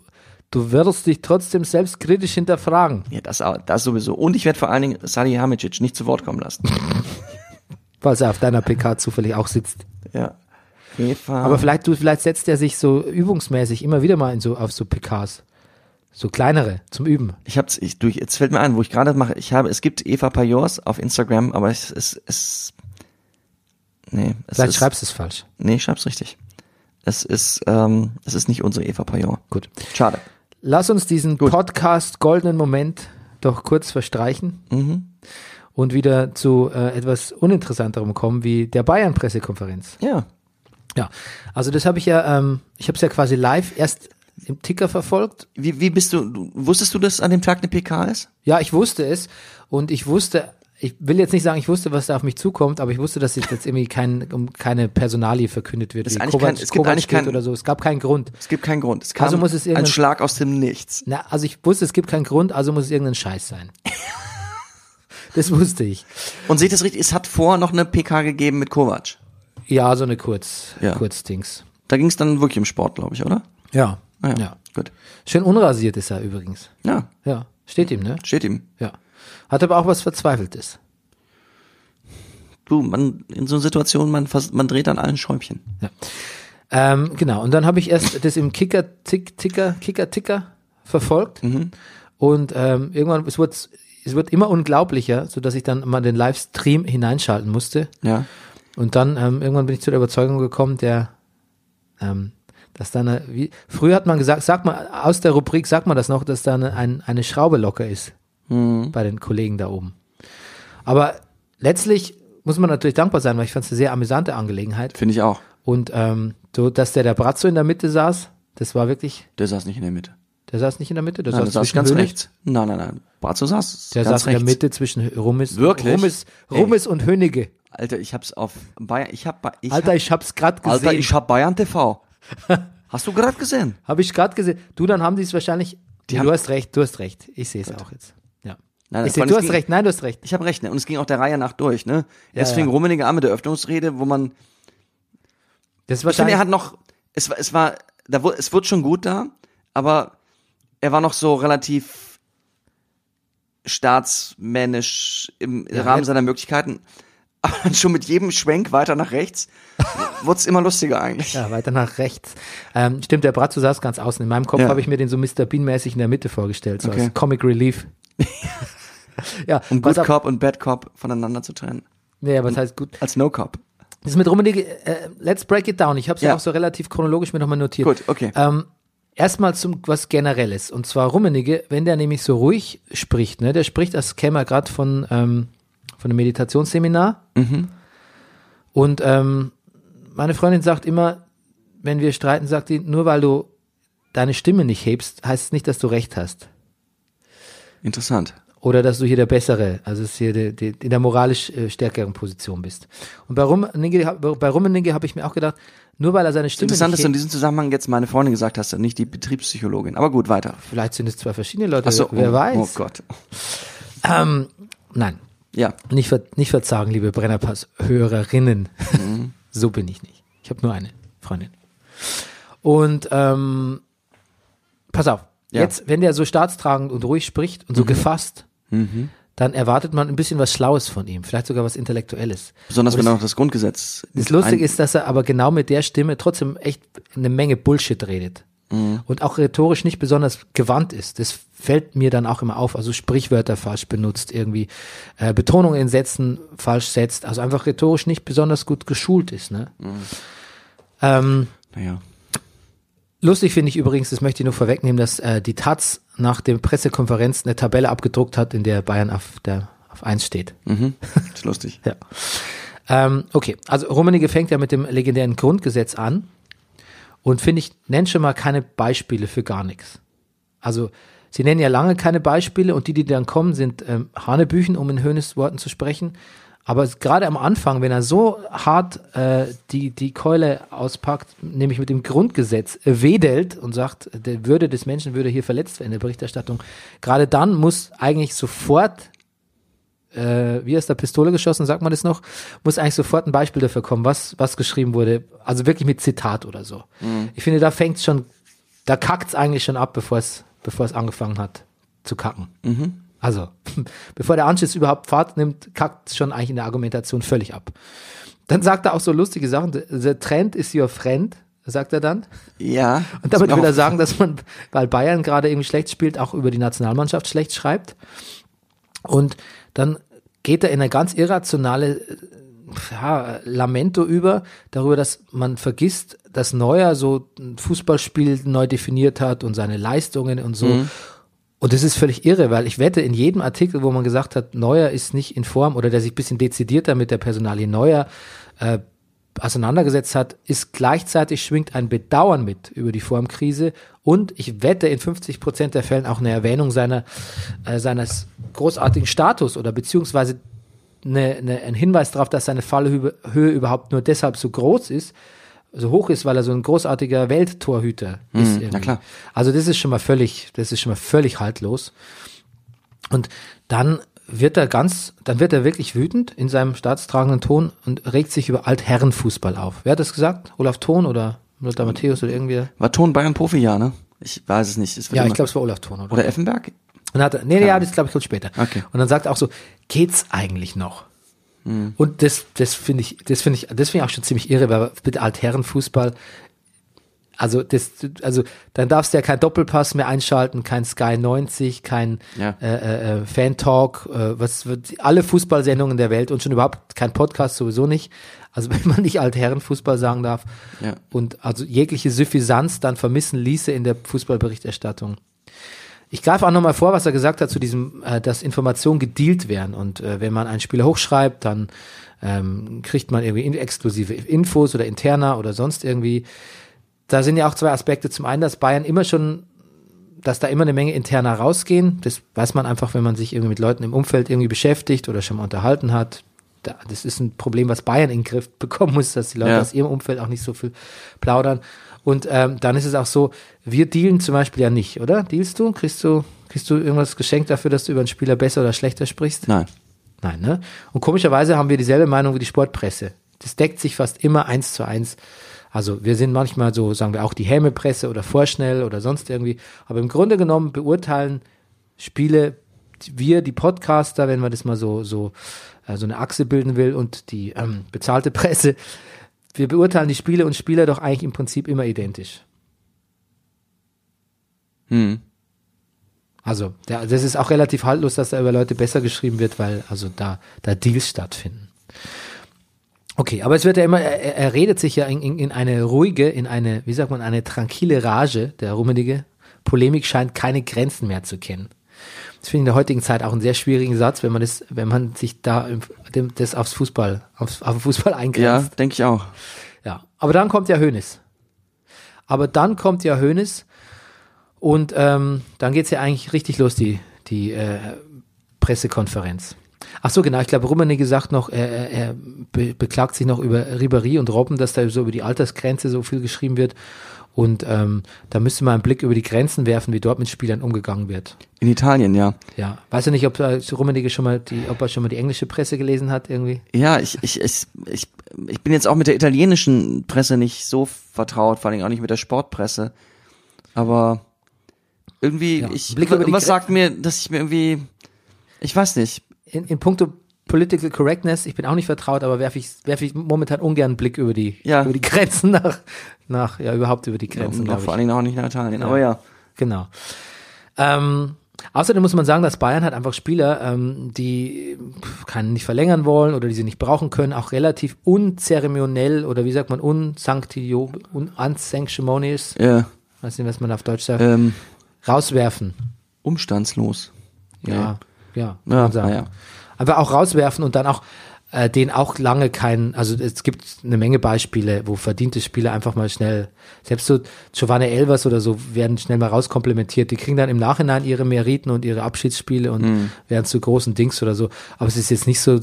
Speaker 2: du wirst dich trotzdem selbst kritisch hinterfragen.
Speaker 1: Ja, das, au- das sowieso. Und ich werde vor allen Dingen Salihamidzic nicht zu Wort kommen lassen.
Speaker 2: Falls er auf deiner PK zufällig auch sitzt.
Speaker 1: ja. Eva.
Speaker 2: Aber vielleicht, du, vielleicht setzt er sich so übungsmäßig immer wieder mal in so, auf so PKs. So kleinere, zum Üben.
Speaker 1: Ich hab's, ich, du, jetzt fällt mir ein, wo ich gerade mache, ich habe, es gibt Eva Pajors auf Instagram, aber es es, es nee, es
Speaker 2: Vielleicht
Speaker 1: ist,
Speaker 2: schreibst du es falsch.
Speaker 1: nee, ich schreib's richtig. Es ist, ähm, es ist nicht unsere Eva Pajor.
Speaker 2: Gut.
Speaker 1: Schade.
Speaker 2: Lass uns diesen Podcast Goldenen Moment doch kurz verstreichen
Speaker 1: Mhm.
Speaker 2: und wieder zu äh, etwas Uninteressanterem kommen, wie der Bayern-Pressekonferenz.
Speaker 1: Ja.
Speaker 2: Ja, also das habe ich ja, ähm, ich habe es ja quasi live erst im Ticker verfolgt.
Speaker 1: Wie, wie bist du, du, wusstest du, dass an dem Tag eine PK ist?
Speaker 2: Ja, ich wusste es und ich wusste, ich will jetzt nicht sagen, ich wusste, was da auf mich zukommt, aber ich wusste, dass jetzt jetzt irgendwie kein, um keine Personalie verkündet wird.
Speaker 1: Das ist
Speaker 2: wie
Speaker 1: eigentlich
Speaker 2: Kovac-
Speaker 1: kein- es gibt
Speaker 2: Kovac
Speaker 1: eigentlich
Speaker 2: spielt
Speaker 1: kein-
Speaker 2: oder so. Es gab keinen Grund.
Speaker 1: Es gibt keinen Grund. Es kam
Speaker 2: Also muss es
Speaker 1: ein
Speaker 2: irgendein-
Speaker 1: Schlag aus dem Nichts.
Speaker 2: Na, also ich wusste, es gibt keinen Grund, also muss es irgendein Scheiß sein. das wusste ich.
Speaker 1: Und seht es richtig, es hat vorher noch eine PK gegeben mit Kovac.
Speaker 2: Ja, so eine kurz,
Speaker 1: Ja.
Speaker 2: Kurzdings.
Speaker 1: Da ging es dann wirklich um Sport, glaube ich, oder?
Speaker 2: Ja.
Speaker 1: Ah
Speaker 2: ja.
Speaker 1: Gut.
Speaker 2: Schön unrasiert ist er übrigens.
Speaker 1: Ja,
Speaker 2: Ja. Steht ihm, ne?
Speaker 1: steht ihm.
Speaker 2: Ja. Hat aber auch was Verzweifeltes.
Speaker 1: Du, man, in so einer Situation, man, fast, man dreht an allen Schäumchen.
Speaker 2: Ähm, genau, und dann habe ich erst das im Kicker-Ticker, Kicker-Ticker verfolgt. Und ähm, irgendwann, es wurde, es wird immer unglaublicher, sodass ich dann mal den Livestream hineinschalten musste.
Speaker 1: Ja.
Speaker 2: Und dann ähm, irgendwann bin ich zu der Überzeugung gekommen, der, ähm, dass da eine, wie, früher hat man gesagt, sag mal, aus der Rubrik sagt man das noch, dass da eine, ein, eine Schraube locker ist bei den Kollegen da oben. Aber letztlich muss man natürlich dankbar sein, weil ich fand es eine sehr amüsante Angelegenheit.
Speaker 1: Finde ich auch.
Speaker 2: Und ähm, so, dass der der Brazzo in der Mitte saß, das war wirklich,
Speaker 1: Der saß nicht in der Mitte.
Speaker 2: der saß nicht in der Mitte, der
Speaker 1: Nein,
Speaker 2: saß,
Speaker 1: der saß
Speaker 2: zwischen
Speaker 1: ganz
Speaker 2: Hönig.
Speaker 1: rechts. Nein, nein, nein. Barzo saß
Speaker 2: Der
Speaker 1: ganz
Speaker 2: saß
Speaker 1: rechts.
Speaker 2: in der Mitte zwischen Rummis,
Speaker 1: Wirklich?
Speaker 2: Rummis, Rummis und Hönige.
Speaker 1: Alter, ich hab's auf Bayern. Ich hab, Ba- ich
Speaker 2: Alter,
Speaker 1: hab,
Speaker 2: ich hab's gerade gesehen.
Speaker 1: Alter, ich hab Bayern TV. Hast du gerade gesehen?
Speaker 2: Habe ich gerade gesehen. Du, dann haben die es wahrscheinlich.
Speaker 1: haben-
Speaker 2: du hast recht, du hast recht. Ich sehe es auch jetzt. Ja.
Speaker 1: Nein,
Speaker 2: Ich
Speaker 1: vor
Speaker 2: seh,
Speaker 1: allem,
Speaker 2: du
Speaker 1: es
Speaker 2: hast
Speaker 1: ging-
Speaker 2: recht, nein, du hast recht.
Speaker 1: Ich habe recht, ne? Und es ging auch der Reihe nach durch, ne? Erst
Speaker 2: ja.
Speaker 1: fing Rummenigge an mit der Öffnungsrede, wo man
Speaker 2: Das ist
Speaker 1: Ich finde,
Speaker 2: wahrscheinlich.
Speaker 1: er hat noch, es war, es war, da wurde, es wurde schon gut da, aber er war noch so relativ staatsmännisch im Rahmen
Speaker 2: er-
Speaker 1: seiner Möglichkeiten. Aber dann schon mit jedem Schwenk weiter nach rechts wurde es immer lustiger eigentlich.
Speaker 2: ja, weiter nach rechts. Ähm, stimmt, der Bratzo saß ganz außen. In meinem Kopf
Speaker 1: Ja.
Speaker 2: habe ich mir den so Mr. Bean-mäßig in der Mitte vorgestellt, so
Speaker 1: Okay.
Speaker 2: als Comic Relief. ja,
Speaker 1: Um
Speaker 2: pass
Speaker 1: Good
Speaker 2: auf.
Speaker 1: Cop und Bad Cop voneinander zu trennen.
Speaker 2: Nee, aber das heißt gut.
Speaker 1: Als No Cop.
Speaker 2: Das mit Rummenigge, äh, let's break it down. Ich habe es ja.
Speaker 1: Ja.
Speaker 2: auch so relativ chronologisch mir nochmal notiert.
Speaker 1: Gut, okay.
Speaker 2: Ähm, Erstmal zum was Generelles. Und zwar Rummenigge, wenn der nämlich so ruhig spricht, ne, der spricht, als käme er gerade von, ähm, von einem Meditationsseminar.
Speaker 1: Mhm.
Speaker 2: Und ähm, meine Freundin sagt immer, wenn wir streiten, sagt die, nur weil du deine Stimme nicht hebst, heißt es nicht, dass du recht hast.
Speaker 1: Interessant.
Speaker 2: Oder dass du hier der Bessere, also dass hier die, die, in der moralisch äh, stärkeren Position bist. Und bei Rummenigge, hab- bei Rummenigge habe ich mir auch gedacht, nur weil er seine Stimme
Speaker 1: Interessant, dass
Speaker 2: nicht
Speaker 1: du in
Speaker 2: hebt,
Speaker 1: diesem Zusammenhang jetzt meine Freundin gesagt hast und nicht die Betriebspsychologin. Aber gut, weiter.
Speaker 2: vielleicht sind es zwei verschiedene Leute,
Speaker 1: Ach so,
Speaker 2: wer
Speaker 1: oh,
Speaker 2: weiß. Ähm,
Speaker 1: Oh Gott.
Speaker 2: Nein,
Speaker 1: Ja.
Speaker 2: nicht, ver nicht verzagen, liebe Brennerpass-Hörerinnen.
Speaker 1: Mhm.
Speaker 2: so bin ich nicht. Ich habe nur eine Freundin. Und ähm, pass auf,
Speaker 1: Ja. Mhm.
Speaker 2: jetzt, wenn der so staatstragend und ruhig spricht und so gefasst, dann erwartet man ein bisschen was Schlaues von ihm, vielleicht sogar was Intellektuelles.
Speaker 1: Besonders
Speaker 2: Aber
Speaker 1: wenn
Speaker 2: das-
Speaker 1: da noch das Grundgesetz.
Speaker 2: Das Lustige
Speaker 1: ein-
Speaker 2: ist, dass er aber genau mit der Stimme trotzdem echt eine Menge Bullshit redet. Und auch rhetorisch nicht besonders gewandt ist. Das fällt mir dann auch immer auf. Also Sprichwörter falsch benutzt, irgendwie äh, Betonung in Sätzen falsch setzt. Also einfach rhetorisch nicht besonders gut geschult ist. Ne? Ähm,
Speaker 1: Naja.
Speaker 2: Lustig finde ich übrigens, das möchte ich nur vorwegnehmen, dass äh, die Taz nach der Pressekonferenz eine Tabelle abgedruckt hat, in der Bayern auf, der, auf 1 steht.
Speaker 1: Hm? Ist lustig.
Speaker 2: Ja. Ähm, okay, also Rummenigge fängt ja mit dem legendären Grundgesetz an und finde ich, nennt schon mal keine Beispiele für gar nichts. Also sie nennen ja lange keine Beispiele und die, die dann kommen, sind ähm, Hanebüchen, um in Höhnes Worten zu sprechen. Aber es- gerade am Anfang, wenn er so hart äh, die, die Keule auspackt, nämlich mit dem Grundgesetz äh, wedelt und sagt, äh, der Würde des Menschen würde hier verletzt werden in der Berichterstattung, gerade dann muss eigentlich sofort äh, wie aus der Pistole geschossen, sagt man das noch, muss eigentlich sofort ein Beispiel dafür kommen, was, was geschrieben wurde. Also wirklich mit Zitat oder so. Ich finde, da fängt schon, da kackt's eigentlich schon ab, bevor es, bevor es angefangen hat zu kacken. Also, bevor der Anschiss überhaupt Fahrt nimmt, kackt's schon eigentlich in der Argumentation völlig ab. Dann sagt er auch so lustige Sachen, the- the trend is your friend, sagt er dann.
Speaker 1: Ja.
Speaker 2: Und damit
Speaker 1: Ist mir
Speaker 2: will er
Speaker 1: auch-
Speaker 2: sagen, dass man, weil Bayern gerade irgendwie schlecht spielt, auch über die Nationalmannschaft schlecht schreibt. Und dann geht er in eine ganz irrationale äh, ja, Lamento über, darüber, dass man vergisst, dass Neuer so ein Fußballspiel neu definiert hat und seine Leistungen und so. Und das ist völlig irre, weil ich wette, in jedem Artikel, wo man gesagt hat, Neuer ist nicht in Form oder der sich ein bisschen dezidierter mit der Personalie Neuer auseinandergesetzt hat, ist gleichzeitig schwingt ein Bedauern mit über die Formkrise und ich wette in 50 Prozent der Fällen auch eine Erwähnung seiner, äh, seines großartigen Status oder beziehungsweise eine, eine, ein Hinweis darauf, dass seine Fallhöhe Höhe überhaupt nur deshalb so groß ist, so hoch ist, weil er so ein großartiger Welttorhüter ist. irgendwie.
Speaker 1: Hm, na klar.
Speaker 2: Also das ist schon mal völlig, das ist schon mal völlig haltlos. Und dann wird er ganz, dann wird er wirklich wütend in seinem staatstragenden Ton und regt sich über Altherrenfußball auf. Wer hat das gesagt? Olaf Thon oder Lothar Matthäus oder irgendwer?
Speaker 1: War Ton Bayern Profi, ja, ne? Ich weiß es nicht. Es wird
Speaker 2: Ja, ich
Speaker 1: immer-
Speaker 2: glaube, es war Olaf Thon, oder?
Speaker 1: Oder Effenberg?
Speaker 2: Und hat, er- nee, nee, ja, das glaube ich kommt später.
Speaker 1: Okay.
Speaker 2: Und dann sagt er auch so, geht's eigentlich noch?
Speaker 1: Hm.
Speaker 2: Und das, das finde ich, das finde ich, das finde ich auch schon ziemlich irre, weil mit Altherrenfußball, also das, also dann darfst du ja kein Doppelpass mehr einschalten, kein Sky 90, kein
Speaker 1: Ja.
Speaker 2: äh, äh, Fan Talk, äh, was wird alle Fußballsendungen der Welt und schon überhaupt kein Podcast sowieso nicht. Also wenn man nicht Altherrenfußball sagen darf
Speaker 1: Ja.
Speaker 2: und also jegliche Suffisanz dann vermissen ließe in der Fußballberichterstattung. Ich greife auch nochmal vor, was er gesagt hat zu diesem, äh, dass Informationen gedealt werden. Und äh, wenn man einen Spieler hochschreibt, dann ähm, kriegt man irgendwie in exklusive Infos oder interna oder sonst irgendwie. Da sind ja auch zwei Aspekte. Zum einen, dass Bayern immer schon, dass da immer eine Menge interna rausgehen. Das weiß man einfach, wenn man sich irgendwie mit Leuten im Umfeld irgendwie beschäftigt oder schon mal unterhalten hat. Da- Das ist ein Problem, was Bayern in den Griff bekommen muss, dass die Leute
Speaker 1: Ja.
Speaker 2: aus ihrem Umfeld auch nicht so viel plaudern. Und ähm, dann ist es auch so, wir dealen zum Beispiel ja nicht, oder? Dealst du? Kriegst du Kriegst du irgendwas geschenkt dafür, dass du über einen Spieler besser oder schlechter sprichst?
Speaker 1: Nein.
Speaker 2: Nein, ne? Und komischerweise haben wir dieselbe Meinung wie die Sportpresse. Das deckt sich fast immer eins zu eins. Also wir sind manchmal so, sagen wir auch die Hämepresse oder vorschnell oder sonst irgendwie. Aber im Grunde genommen beurteilen Spiele wir, die Podcaster, wenn man das mal so, so, äh, so eine Achse bilden will und die ähm, bezahlte Presse, wir beurteilen die Spiele und Spieler doch eigentlich im Prinzip immer identisch. Also, der, das ist auch relativ haltlos, dass da über Leute besser geschrieben wird, weil also da, da Deals stattfinden. Okay, aber es wird ja immer, er, er redet sich ja in, in, in eine ruhige, in eine, wie sagt man, eine tranquille Rage, der Rummenige. Polemik scheint keine Grenzen mehr zu kennen. Das finde ich in der heutigen Zeit auch einen sehr schwierigen Satz, wenn man das, wenn man sich da im, dem, das aufs Fußball, aufs, auf den Fußball
Speaker 1: Ja,
Speaker 2: eingrenzt.
Speaker 1: denke ich auch.
Speaker 2: Ja. Aber dann kommt ja Hönes. Aber dann kommt ja Hönes und ähm, dann geht's ja eigentlich richtig los, die, die äh, Pressekonferenz. Ach so, genau. Ich glaube, Rummenigge sagt noch, er, er, er be beklagt sich noch über Ribéry und Robben, dass da so über die Altersgrenze so viel geschrieben wird. Und ähm, da müsste man einen Blick über die Grenzen werfen, wie dort mit Spielern umgegangen wird.
Speaker 1: In Italien, ja.
Speaker 2: Ja, weiß ja nicht, ob äh, Rummenigge schon mal die, ob er schon mal die englische Presse gelesen hat irgendwie.
Speaker 1: Ja, ich, ich, ich, ich, ich bin jetzt auch mit der italienischen Presse nicht so vertraut, vor allem auch nicht mit der Sportpresse. Aber irgendwie,
Speaker 2: Ja,
Speaker 1: ich,
Speaker 2: Blick über die
Speaker 1: was
Speaker 2: Gre-
Speaker 1: sagt mir, dass ich mir irgendwie, ich weiß nicht.
Speaker 2: in, in puncto Political Correctness, ich bin auch nicht vertraut, aber werfe ich, werf ich momentan ungern einen Blick über die,
Speaker 1: Ja.
Speaker 2: über die Grenzen nach, nach, ja, überhaupt über die Grenzen,
Speaker 1: Und noch,
Speaker 2: glaube
Speaker 1: vor
Speaker 2: ich.
Speaker 1: allen Dingen auch nicht nach Italien. Aber ja,
Speaker 2: Genau. Ähm, außerdem muss man sagen, dass Bayern hat einfach Spieler, ähm, die pf, kann nicht verlängern wollen oder die sie nicht brauchen können, auch relativ unzerimonell oder wie sagt man, unsanctio, un unsanctimonious,
Speaker 1: äh,
Speaker 2: weiß nicht, was man auf Deutsch sagt,
Speaker 1: ähm,
Speaker 2: rauswerfen.
Speaker 1: umstandslos.
Speaker 2: Ja, ja, kann
Speaker 1: Ja,
Speaker 2: man sagen.
Speaker 1: na ja.
Speaker 2: Aber auch rauswerfen und dann auch äh, den auch lange keinen, also es gibt eine Menge Beispiele, wo verdiente Spieler einfach mal schnell, selbst so Giovanni Elvers oder so, werden schnell mal rauskomplimentiert. Die kriegen dann im Nachhinein ihre Meriten und ihre Abschiedsspiele und werden zu großen Dings oder so. Aber es ist jetzt nicht so,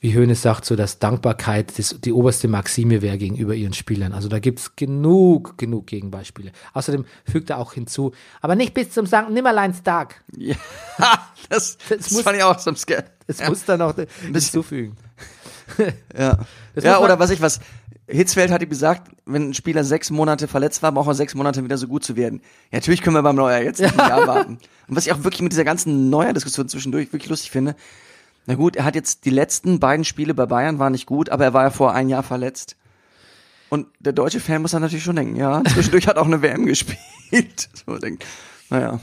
Speaker 2: wie Hoeneß sagt, so dass Dankbarkeit das, die oberste Maxime wäre gegenüber ihren Spielern. Also da gibt's genug, genug Gegenbeispiele. Außerdem fügt er auch hinzu, aber nicht bis zum St. Nimmerleinstag.
Speaker 1: Ja. das, das,
Speaker 2: muss-
Speaker 1: fand ich auch so scared.
Speaker 2: Das
Speaker 1: ja.
Speaker 2: muss dann auch hinzufügen.
Speaker 1: Ja,
Speaker 2: Das
Speaker 1: ja
Speaker 2: muss man-
Speaker 1: oder was ich was. Hitzfeld hat ihm gesagt, wenn ein Spieler sechs Monate verletzt war, braucht er sechs Monate wieder so gut zu werden. Ja, natürlich können wir beim Neuer jetzt nicht ein Jahr warten. Und was ich auch wirklich mit dieser ganzen Neuer-Diskussion zwischendurch wirklich lustig finde, na gut, er hat jetzt die letzten beiden Spiele bei Bayern waren nicht gut, aber er war ja vor ein Jahr verletzt. Und der deutsche Fan muss dann natürlich schon denken, ja, zwischendurch hat auch eine WM gespielt. So denkt, naja.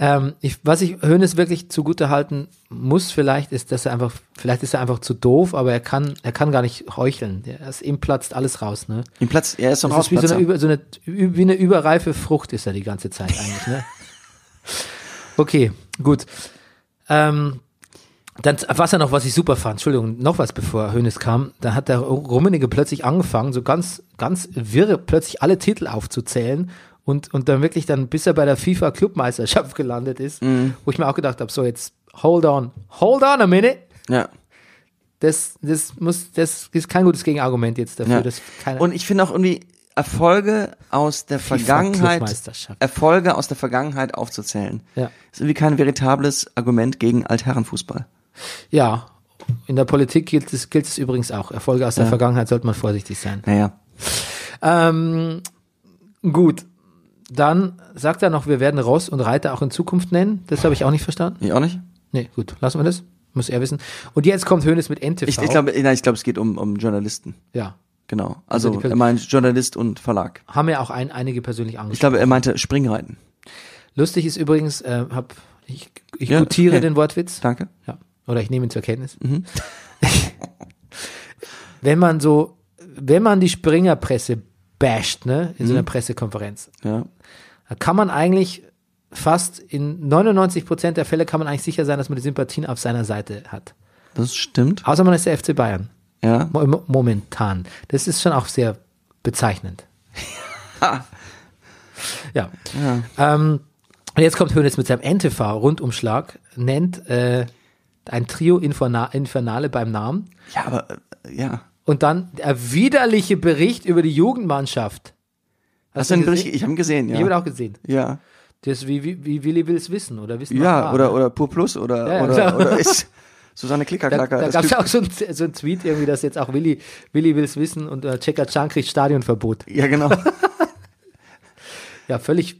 Speaker 2: Ähm, ich, was ich Hönes wirklich zugutehalten muss, vielleicht ist, dass er einfach, vielleicht ist er einfach zu doof, aber er kann, er kann gar nicht heucheln. Er ist, ihm platzt alles raus, ne?
Speaker 1: Im Platz, er ist doch
Speaker 2: Das ist wie so
Speaker 1: Rausplatzer.
Speaker 2: eine, über, so eine, ü- wie eine überreife Frucht ist er die ganze Zeit eigentlich, ne? Okay, gut. Ähm, dann was er noch, was ich super fand, Entschuldigung, noch was bevor Hönes kam, dann hat der Rummenigge plötzlich angefangen, so ganz, ganz wirre, plötzlich alle Titel aufzuzählen und, und dann wirklich dann, bis er bei der FIFA Clubmeisterschaft gelandet ist,
Speaker 1: Mhm.
Speaker 2: wo ich mir auch gedacht habe, so jetzt, hold on, hold on a minute.
Speaker 1: Ja.
Speaker 2: Das, das muss, das ist kein gutes Gegenargument jetzt dafür,
Speaker 1: Ja.
Speaker 2: dass keiner.
Speaker 1: Und ich finde auch irgendwie Erfolge aus der Vergangenheit,
Speaker 2: Clubmeisterschaft.
Speaker 1: Erfolge aus der Vergangenheit aufzuzählen,
Speaker 2: Ja.
Speaker 1: ist irgendwie kein veritables Argument gegen Altherrenfußball.
Speaker 2: Ja, in der Politik gilt es, gilt es übrigens auch. Erfolge aus der Vergangenheit sollte man vorsichtig sein.
Speaker 1: Naja,
Speaker 2: Ähm, gut, dann sagt er noch, wir werden Ross und Reiter auch in Zukunft nennen. Das habe ich auch nicht verstanden.
Speaker 1: ich auch nicht.
Speaker 2: Nee, gut, lassen wir das. Muss er wissen. Und jetzt kommt Hönes mit NTV.
Speaker 1: Ich, ich glaube, nein, ich glaube, es geht um, um Journalisten.
Speaker 2: ja,
Speaker 1: Genau.
Speaker 2: Also
Speaker 1: Also,
Speaker 2: die
Speaker 1: er
Speaker 2: Person-
Speaker 1: meint Journalist und Verlag.
Speaker 2: haben ja auch ein, einige persönlich
Speaker 1: Ich
Speaker 2: angesprochen.
Speaker 1: glaube, er meinte Springreiten.
Speaker 2: Lustig ist übrigens, äh, hab, ich, ich
Speaker 1: Ja,
Speaker 2: gutiere
Speaker 1: okay.
Speaker 2: den Wortwitz.
Speaker 1: Danke.
Speaker 2: Ja. Oder ich nehme ihn zur Kenntnis. wenn man so, wenn man die Springerpresse basht, ne, in so einer Pressekonferenz,
Speaker 1: Ja.
Speaker 2: da kann man eigentlich fast in 99 Prozent der Fälle kann man eigentlich sicher sein, dass man die Sympathien auf seiner Seite hat.
Speaker 1: Das stimmt.
Speaker 2: Außer man ist der FC Bayern.
Speaker 1: Ja.
Speaker 2: Mo mo- momentan. Das ist schon auch sehr bezeichnend.
Speaker 1: Ah,
Speaker 2: ja. Ähm, und jetzt kommt Hönes mit seinem NTV-Rundumschlag, nennt äh, ein Trio Inferna Infernale beim Namen
Speaker 1: Ja, aber äh, ja.
Speaker 2: und dann der widerliche Bericht über die Jugendmannschaft.
Speaker 1: Hast du den
Speaker 2: gesehen?
Speaker 1: Bericht? Ich habe ihn gesehen,
Speaker 2: Ich habe ihn
Speaker 1: ja.
Speaker 2: auch gesehen.
Speaker 1: Ja.
Speaker 2: Das wie, wie, wie Willi will's wissen oder wissen
Speaker 1: Ja,
Speaker 2: auch
Speaker 1: oder, oder Pur Plus oder,
Speaker 2: Ah. Ja, ja,
Speaker 1: oder,
Speaker 2: klar.
Speaker 1: oder ist Susanne
Speaker 2: Da,
Speaker 1: Klickerklacker.
Speaker 2: da
Speaker 1: das
Speaker 2: gab es
Speaker 1: Typ-
Speaker 2: auch so ein, so ein Tweet irgendwie, dass jetzt auch Willi, Willi will's wissen und äh, Checker Chan kriegt Stadionverbot.
Speaker 1: ja, genau.
Speaker 2: Ja, völlig.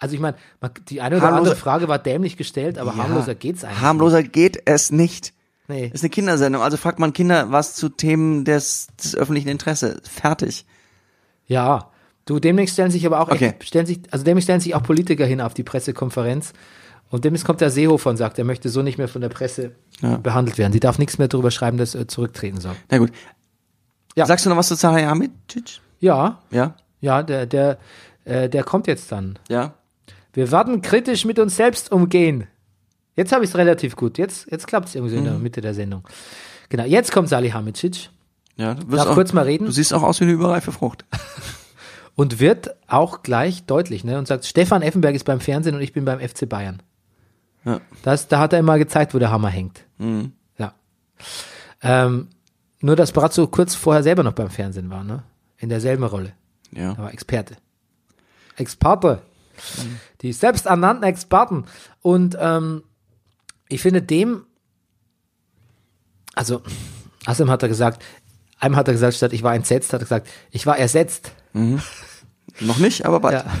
Speaker 2: Also ich meine, man- die eine oder
Speaker 1: Harmloser-
Speaker 2: andere Frage war dämlich gestellt, aber harmloser geht's eigentlich.
Speaker 1: Harmloser geht es nicht.
Speaker 2: Nee.
Speaker 1: Ist eine Kindersendung, also fragt man Kinder was zu Themen des, des öffentlichen Interesse. Fertig.
Speaker 2: Ja. Du, demnächst stellen sich aber auch
Speaker 1: Okay.
Speaker 2: echt, stellen sich, also demnächst stellen sich auch Politiker hin auf die Pressekonferenz. Und demnächst kommt der Seehofer und sagt, er möchte so nicht mehr von der Presse behandelt werden. Sie darf nichts mehr darüber schreiben, dass er zurücktreten soll.
Speaker 1: Na gut.
Speaker 2: Ja.
Speaker 1: Sagst du noch was zu Zaha Yamitic?
Speaker 2: Ja,
Speaker 1: Ja?
Speaker 2: ja, der, der, äh, der kommt jetzt dann.
Speaker 1: Ja?
Speaker 2: Wir werden kritisch mit uns selbst umgehen. Jetzt habe ich es relativ gut. Jetzt, jetzt klappt es irgendwie so in der Mitte der Sendung. Genau, jetzt kommt Salih Hamicic
Speaker 1: Ja, du wirst
Speaker 2: Darf kurz mal reden?
Speaker 1: Du siehst auch aus wie eine überreife Frucht.
Speaker 2: und wird auch gleich deutlich ne, und sagt, Stefan Effenberg ist beim Fernsehen und ich bin beim FC Bayern.
Speaker 1: Ja.
Speaker 2: Das, da hat er immer gezeigt, wo der Hammer hängt. Ja. Ähm, nur, dass Brazzo kurz vorher selber noch beim Fernsehen war, ne? in derselben Rolle.
Speaker 1: Ja.
Speaker 2: Aber Experte. Experte. Die selbsternannten Experten. Und ähm, ich finde dem, also Asim hat er gesagt, einem hat er gesagt, statt ich war entsetzt, hat er gesagt, ich war ersetzt.
Speaker 1: Noch nicht, aber bald.
Speaker 2: Ja.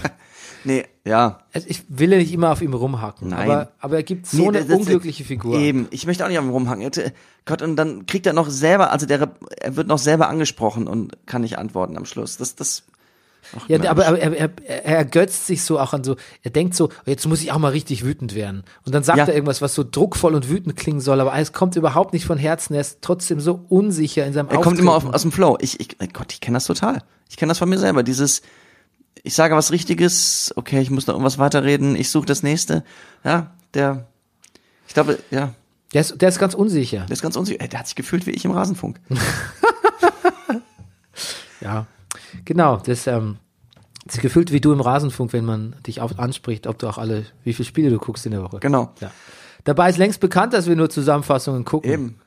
Speaker 1: Nee, ja.
Speaker 2: Also ich will ja nicht immer auf ihm rumhacken,
Speaker 1: Nein.
Speaker 2: aber, aber er gibt so
Speaker 1: Nee,
Speaker 2: eine
Speaker 1: das- das-
Speaker 2: unglückliche Figur.
Speaker 1: Eben, ich möchte auch nicht auf ihm rumhacken. Jetzt, äh, Gott, und dann kriegt er noch selber, also der, er wird noch selber angesprochen und kann nicht antworten am Schluss. Das, das,
Speaker 2: Ja, aber, aber er, er, er ergötzt sich so auch an so, er denkt so, oh, jetzt muss ich auch mal richtig wütend werden. Und dann sagt
Speaker 1: Ja.
Speaker 2: er irgendwas, was so druckvoll und wütend klingen soll, aber es kommt überhaupt nicht von Herzen, er ist trotzdem so unsicher in seinem
Speaker 1: er kommt immer auf, aus dem Flow. Ich, ich, mein Gott, ich kenne das total. Ich kenne das von mir selber. Dieses, ich sage was Richtiges, okay, ich muss noch irgendwas weiterreden, ich suche das nächste. Ja, der, ich glaube, ja,
Speaker 2: Der ist, der ist ganz unsicher.
Speaker 1: der ist ganz unsicher. Ey, Der hat sich gefühlt wie ich im Rasenfunk.
Speaker 2: Ja. Genau, das, ähm, das ist gefühlt wie du im Rasenfunk, wenn man dich auf, anspricht, ob du auch alle, wie viele Spiele du guckst in der Woche.
Speaker 1: Genau.
Speaker 2: Ja. Dabei ist längst bekannt, dass wir nur Zusammenfassungen gucken.
Speaker 1: Eben.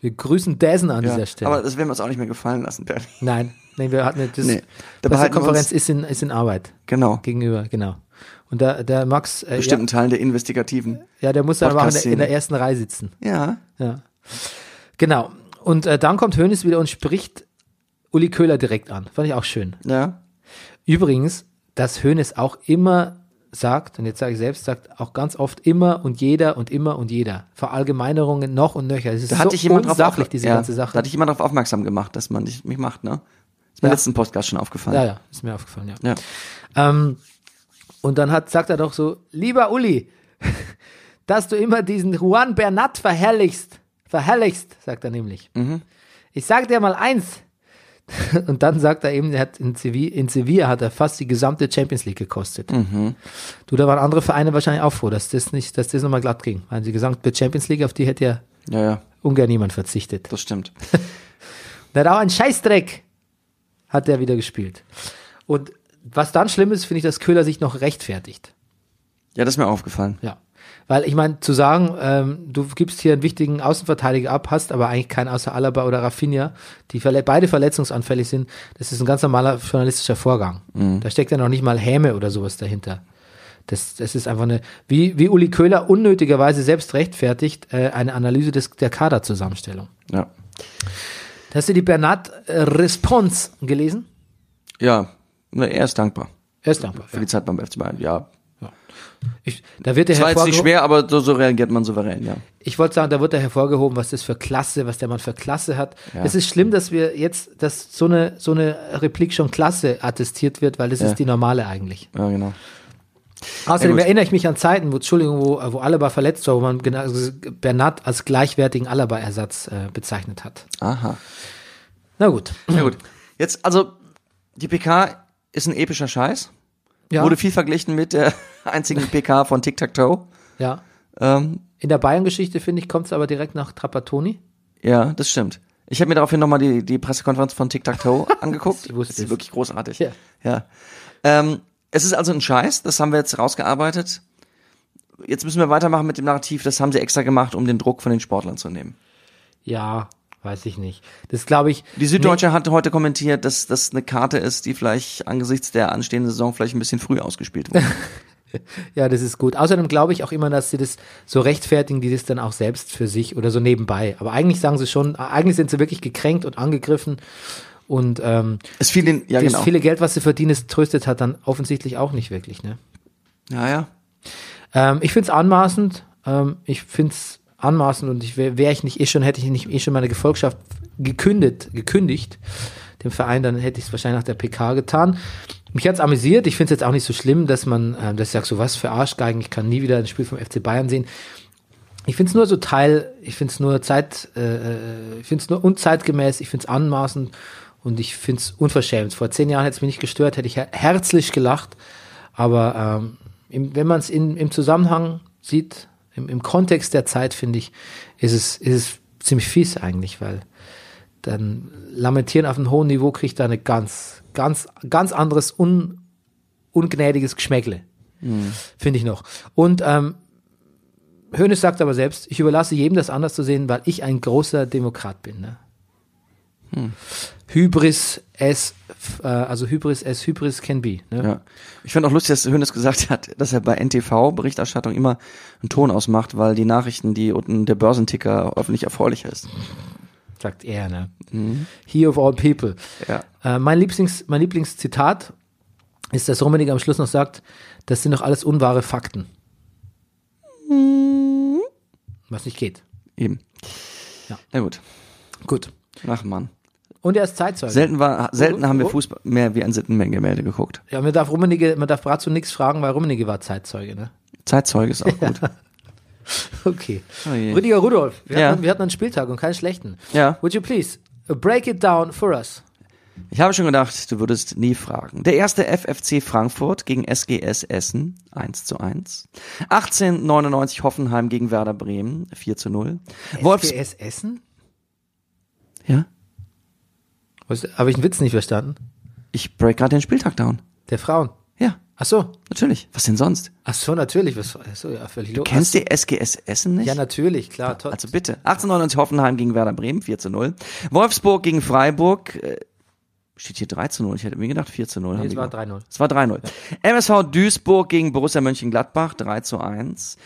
Speaker 2: Wir grüßen Dazen an
Speaker 1: Ja.
Speaker 2: dieser Stelle.
Speaker 1: Aber das werden wir uns auch nicht mehr gefallen lassen, Bernie.
Speaker 2: Nein, nein, wir hatten das.
Speaker 1: Nee, da behalten wir uns-
Speaker 2: Pressekonferenz ist in, ist in Arbeit.
Speaker 1: Genau.
Speaker 2: Gegenüber, genau. Und da, der Max, äh,
Speaker 1: Bestimmten Teilen der Investigativen.
Speaker 2: ja, ja, der muss dann aber auch in der, in
Speaker 1: Podcast-Szene.
Speaker 2: der ersten Reihe sitzen.
Speaker 1: Ja.
Speaker 2: Ja. Genau. Und äh, dann kommt Hönes wieder und spricht Uli Köhler direkt an. Fand ich auch schön.
Speaker 1: Ja.
Speaker 2: Übrigens, dass Hönes auch immer sagt, und jetzt sage ich selbst, sagt auch ganz oft immer und jeder und immer und jeder. Verallgemeinerungen noch und nöcher. Es ist
Speaker 1: Da
Speaker 2: so
Speaker 1: hatte ich jemand drauf
Speaker 2: unsachlich,
Speaker 1: auf-
Speaker 2: diese
Speaker 1: ja,
Speaker 2: ganze Sache.
Speaker 1: Da hatte ich jemand drauf aufmerksam gemacht, dass man nicht, mich macht, ne? Ist mir
Speaker 2: Ja.
Speaker 1: letzten Podcast schon aufgefallen.
Speaker 2: ja, ja, ist mir aufgefallen, ja.
Speaker 1: Ja.
Speaker 2: Ähm, und dann hat, sagt er doch so, lieber Uli, dass du immer diesen Juan Bernat verherrlichst. Verherrlichst, sagt er nämlich. Ich sag dir mal eins. Und dann sagt er eben, er hat in, Sevilla, in Sevilla hat er fast die gesamte Champions League gekostet. Du, da waren andere Vereine wahrscheinlich auch froh, dass das nicht, dass das nochmal glatt ging. Weil die gesamte Champions League, auf die hätte ja
Speaker 1: ja, ja,
Speaker 2: ungern niemand verzichtet.
Speaker 1: das stimmt.
Speaker 2: Na, da auch ein Scheißdreck hat er wieder gespielt. Und was dann schlimm ist, finde ich, dass Köhler sich noch rechtfertigt.
Speaker 1: Ja, das ist mir aufgefallen.
Speaker 2: Ja. Weil ich meine, zu sagen, ähm, du gibst hier einen wichtigen Außenverteidiger ab, hast aber eigentlich keinen außer Alaba oder Rafinha, die verle beide verletzungsanfällig sind, das ist ein ganz normaler journalistischer Vorgang.
Speaker 1: Mhm.
Speaker 2: Da steckt ja noch nicht mal Häme oder sowas dahinter. Das, das ist einfach eine, wie, wie Uli Köhler unnötigerweise selbst rechtfertigt, äh, eine Analyse des, der Kaderzusammenstellung.
Speaker 1: Ja.
Speaker 2: Hast du die Bernard-Response gelesen?
Speaker 1: Ja. Na, er ist dankbar
Speaker 2: Er ist dankbar.
Speaker 1: für die Zeit beim FC Bayern. Ja.
Speaker 2: Ich, da wird er
Speaker 1: Es war jetzt nicht
Speaker 2: hervorgehoben.
Speaker 1: schwer, aber so, so reagiert man souverän, ja.
Speaker 2: Ich wollte sagen, da wird er hervorgehoben, was das für Klasse, was der Mann für Klasse hat. Es ist schlimm, dass wir jetzt, dass so eine so eine Replik schon Klasse attestiert wird, weil das ist die normale eigentlich.
Speaker 1: Ja, genau.
Speaker 2: Außerdem
Speaker 1: gut.
Speaker 2: erinnere ich mich an Zeiten, wo Entschuldigung, wo, wo Alaba verletzt war, wo man genau- Bernat als gleichwertigen Alaba-Ersatz äh, bezeichnet hat.
Speaker 1: Aha.
Speaker 2: Na gut.
Speaker 1: Na gut. Jetzt, also, die PK ist ein epischer Scheiß.
Speaker 2: Ja,
Speaker 1: Wurde viel verglichen mit der einzigen PK von Tic Tac Toe.
Speaker 2: ja.
Speaker 1: Ähm,
Speaker 2: In der Bayern-Geschichte finde ich kommt es aber direkt nach Trapattoni.
Speaker 1: Ja, das stimmt. Ich habe mir daraufhin nochmal die, die Pressekonferenz von Tic Tac Toe angeguckt.
Speaker 2: Ich wusste
Speaker 1: das ist
Speaker 2: es.
Speaker 1: wirklich großartig.
Speaker 2: Ja.
Speaker 1: ja. Ähm, es ist also ein Scheiß, das haben wir jetzt rausgearbeitet. Jetzt müssen wir weitermachen mit dem Narrativ, das haben sie extra gemacht, um den Druck von den Sportlern zu nehmen.
Speaker 2: Ja, weiß ich nicht. Das glaube ich.
Speaker 1: Die Süddeutsche hat heute kommentiert, dass das eine Karte ist, die vielleicht angesichts der anstehenden Saison vielleicht ein bisschen früh ausgespielt wurde.
Speaker 2: Ja, das ist gut. Außerdem glaube ich auch immer, dass sie das so rechtfertigen, die das dann auch selbst für sich oder so nebenbei. Aber eigentlich sagen sie schon, äh, eigentlich sind sie wirklich gekränkt und angegriffen. Und ähm,
Speaker 1: Es fiel den, ja
Speaker 2: das
Speaker 1: genau.
Speaker 2: viele Geld, was sie verdienen, das tröstet hat dann offensichtlich auch nicht wirklich. Ne?
Speaker 1: Ja, ja.
Speaker 2: Ähm, ich find's anmaßend. Ähm, ich find's anmaßend und ich wäre wär ich nicht eh schon, hätte ich nicht eh schon meine Gefolgschaft gekündigt, gekündigt, dem Verein, dann hätte ich es wahrscheinlich nach der PK getan. Mich hat's amüsiert. Ich find's jetzt auch nicht so schlimm, dass man, ähm, dass ich sag, so was für Arschgeigen, ich kann nie wieder ein Spiel vom FC Bayern sehen. Ich find's nur so Teil, ich find's nur Zeit, äh, ich find's nur unzeitgemäß, ich find's anmaßend und ich find's unverschämt. Vor zehn Jahren hätte es mich nicht gestört, hätte ich her- herzlich gelacht, aber ähm, im, wenn man es im Zusammenhang sieht, im, im Kontext der Zeit, finde ich, ist es, ist es ziemlich fies eigentlich, weil dann Lamentieren auf einem hohen Niveau kriegt da eine ganz, ganz, ganz anderes un, ungnädiges Geschmäckle. Finde ich noch. Und ähm, Hönes sagt aber selbst, ich überlasse jedem das anders zu sehen, weil ich ein großer Demokrat bin. Ne? Hybris as, f- äh, also Hybris as Hybris can be. Ne?
Speaker 1: Ja. Ich fand auch lustig, dass Hönes gesagt hat, dass er bei NTV-Berichterstattung immer einen Ton ausmacht, weil die Nachrichten, die unten der Börsenticker öffentlich erfreulicher ist.
Speaker 2: sagt er, ne? He of all people.
Speaker 1: Mhm. Ja.
Speaker 2: Äh, mein, Lieblings, mein Lieblingszitat ist, dass Rummenigge am Schluss noch sagt, das sind doch alles unwahre Fakten.
Speaker 1: Mhm.
Speaker 2: Was nicht geht.
Speaker 1: Eben.
Speaker 2: Ja.
Speaker 1: Na gut.
Speaker 2: Gut.
Speaker 1: Ach Mann.
Speaker 2: Und er ist Zeitzeuge.
Speaker 1: Selten war, selten
Speaker 2: Wo-
Speaker 1: haben wir
Speaker 2: wo-
Speaker 1: Fußball mehr wie ein Sittenmengemälde geguckt.
Speaker 2: ja, man darf Rummenigge, man darf Bratzo nichts fragen, weil Rummenigge war Zeitzeuge, ne?
Speaker 1: Zeitzeuge ist auch gut.
Speaker 2: Okay.
Speaker 1: Oh je.
Speaker 2: Rüdiger Rudolf, wir,
Speaker 1: Ja.
Speaker 2: hatten, wir hatten einen Spieltag und keinen schlechten.
Speaker 1: Ja.
Speaker 2: Would you please break it down for us?
Speaker 1: Ich habe schon gedacht, du würdest nie fragen. Der erste FFC Frankfurt gegen SGS Essen 1 zu 1. 1899 Hoffenheim gegen Werder Bremen 4 zu 0. Wolfs
Speaker 2: SGS Essen?
Speaker 1: ja?
Speaker 2: Was- Habe ich einen Witz nicht verstanden?
Speaker 1: Ich break gerade den Spieltag down.
Speaker 2: Der Frauen.
Speaker 1: Ja,
Speaker 2: Ach so.
Speaker 1: natürlich. Was denn sonst?
Speaker 2: Ach so, natürlich. Was, ach so, ja, völlig los.
Speaker 1: Kennst du SGS Essen nicht?
Speaker 2: Ja, natürlich, klar. Toll.
Speaker 1: Also bitte. 1899 Hoffenheim gegen Werder Bremen 4 zu 0. Wolfsburg gegen Freiburg. Äh, steht hier 3 zu 0. Ich hätte mir gedacht 4 zu 0. haben
Speaker 2: es
Speaker 1: die
Speaker 2: war
Speaker 1: gemacht.
Speaker 2: 3-0.
Speaker 1: Es war 3-0. MSV Duisburg gegen Borussia Mönchengladbach 3 zu 1.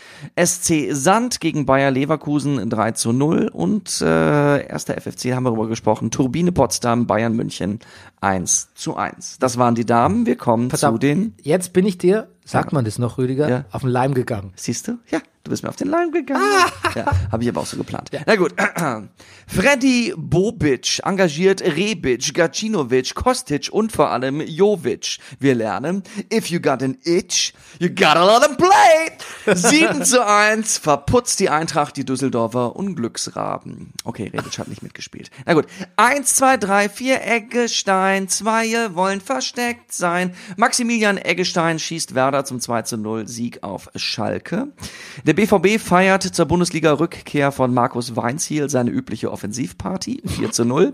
Speaker 1: SC Sand gegen Bayer Leverkusen 3 zu 0. Und äh, erster FFC haben wir darüber gesprochen. Turbine Potsdam, Bayern München 1 zu 1. Das waren die Damen. Wir kommen
Speaker 2: Pass
Speaker 1: zu
Speaker 2: auf,
Speaker 1: den...
Speaker 2: Jetzt bin ich dir, sagt man das noch, Rüdiger,
Speaker 1: Ja.
Speaker 2: auf den Leim gegangen.
Speaker 1: Siehst du? Ja, du bist mir auf den Leim gegangen. Ja, habe ich aber auch so geplant. Na gut. Freddy Bobic engagiert Rebic, Gacinovic, Kostic und vor allem Jovic. Wir lernen, if you got an itch, you gotta let him play. 7 zu 1 verputzt die Eintracht die Düsseldorfer Unglücksraben. Okay, Rebic hat nicht mitgespielt. Na gut. 1, 2, 3, 4, Eggestein, Zweie wollen versteckt sein. Maximilian Eggestein schießt Werder zum 2 zu 0 Sieg auf Schalke. Der BVB feiert zur Bundesliga-Rückkehr von Markus Weinziel seine übliche Offensivparty 4 zu 0.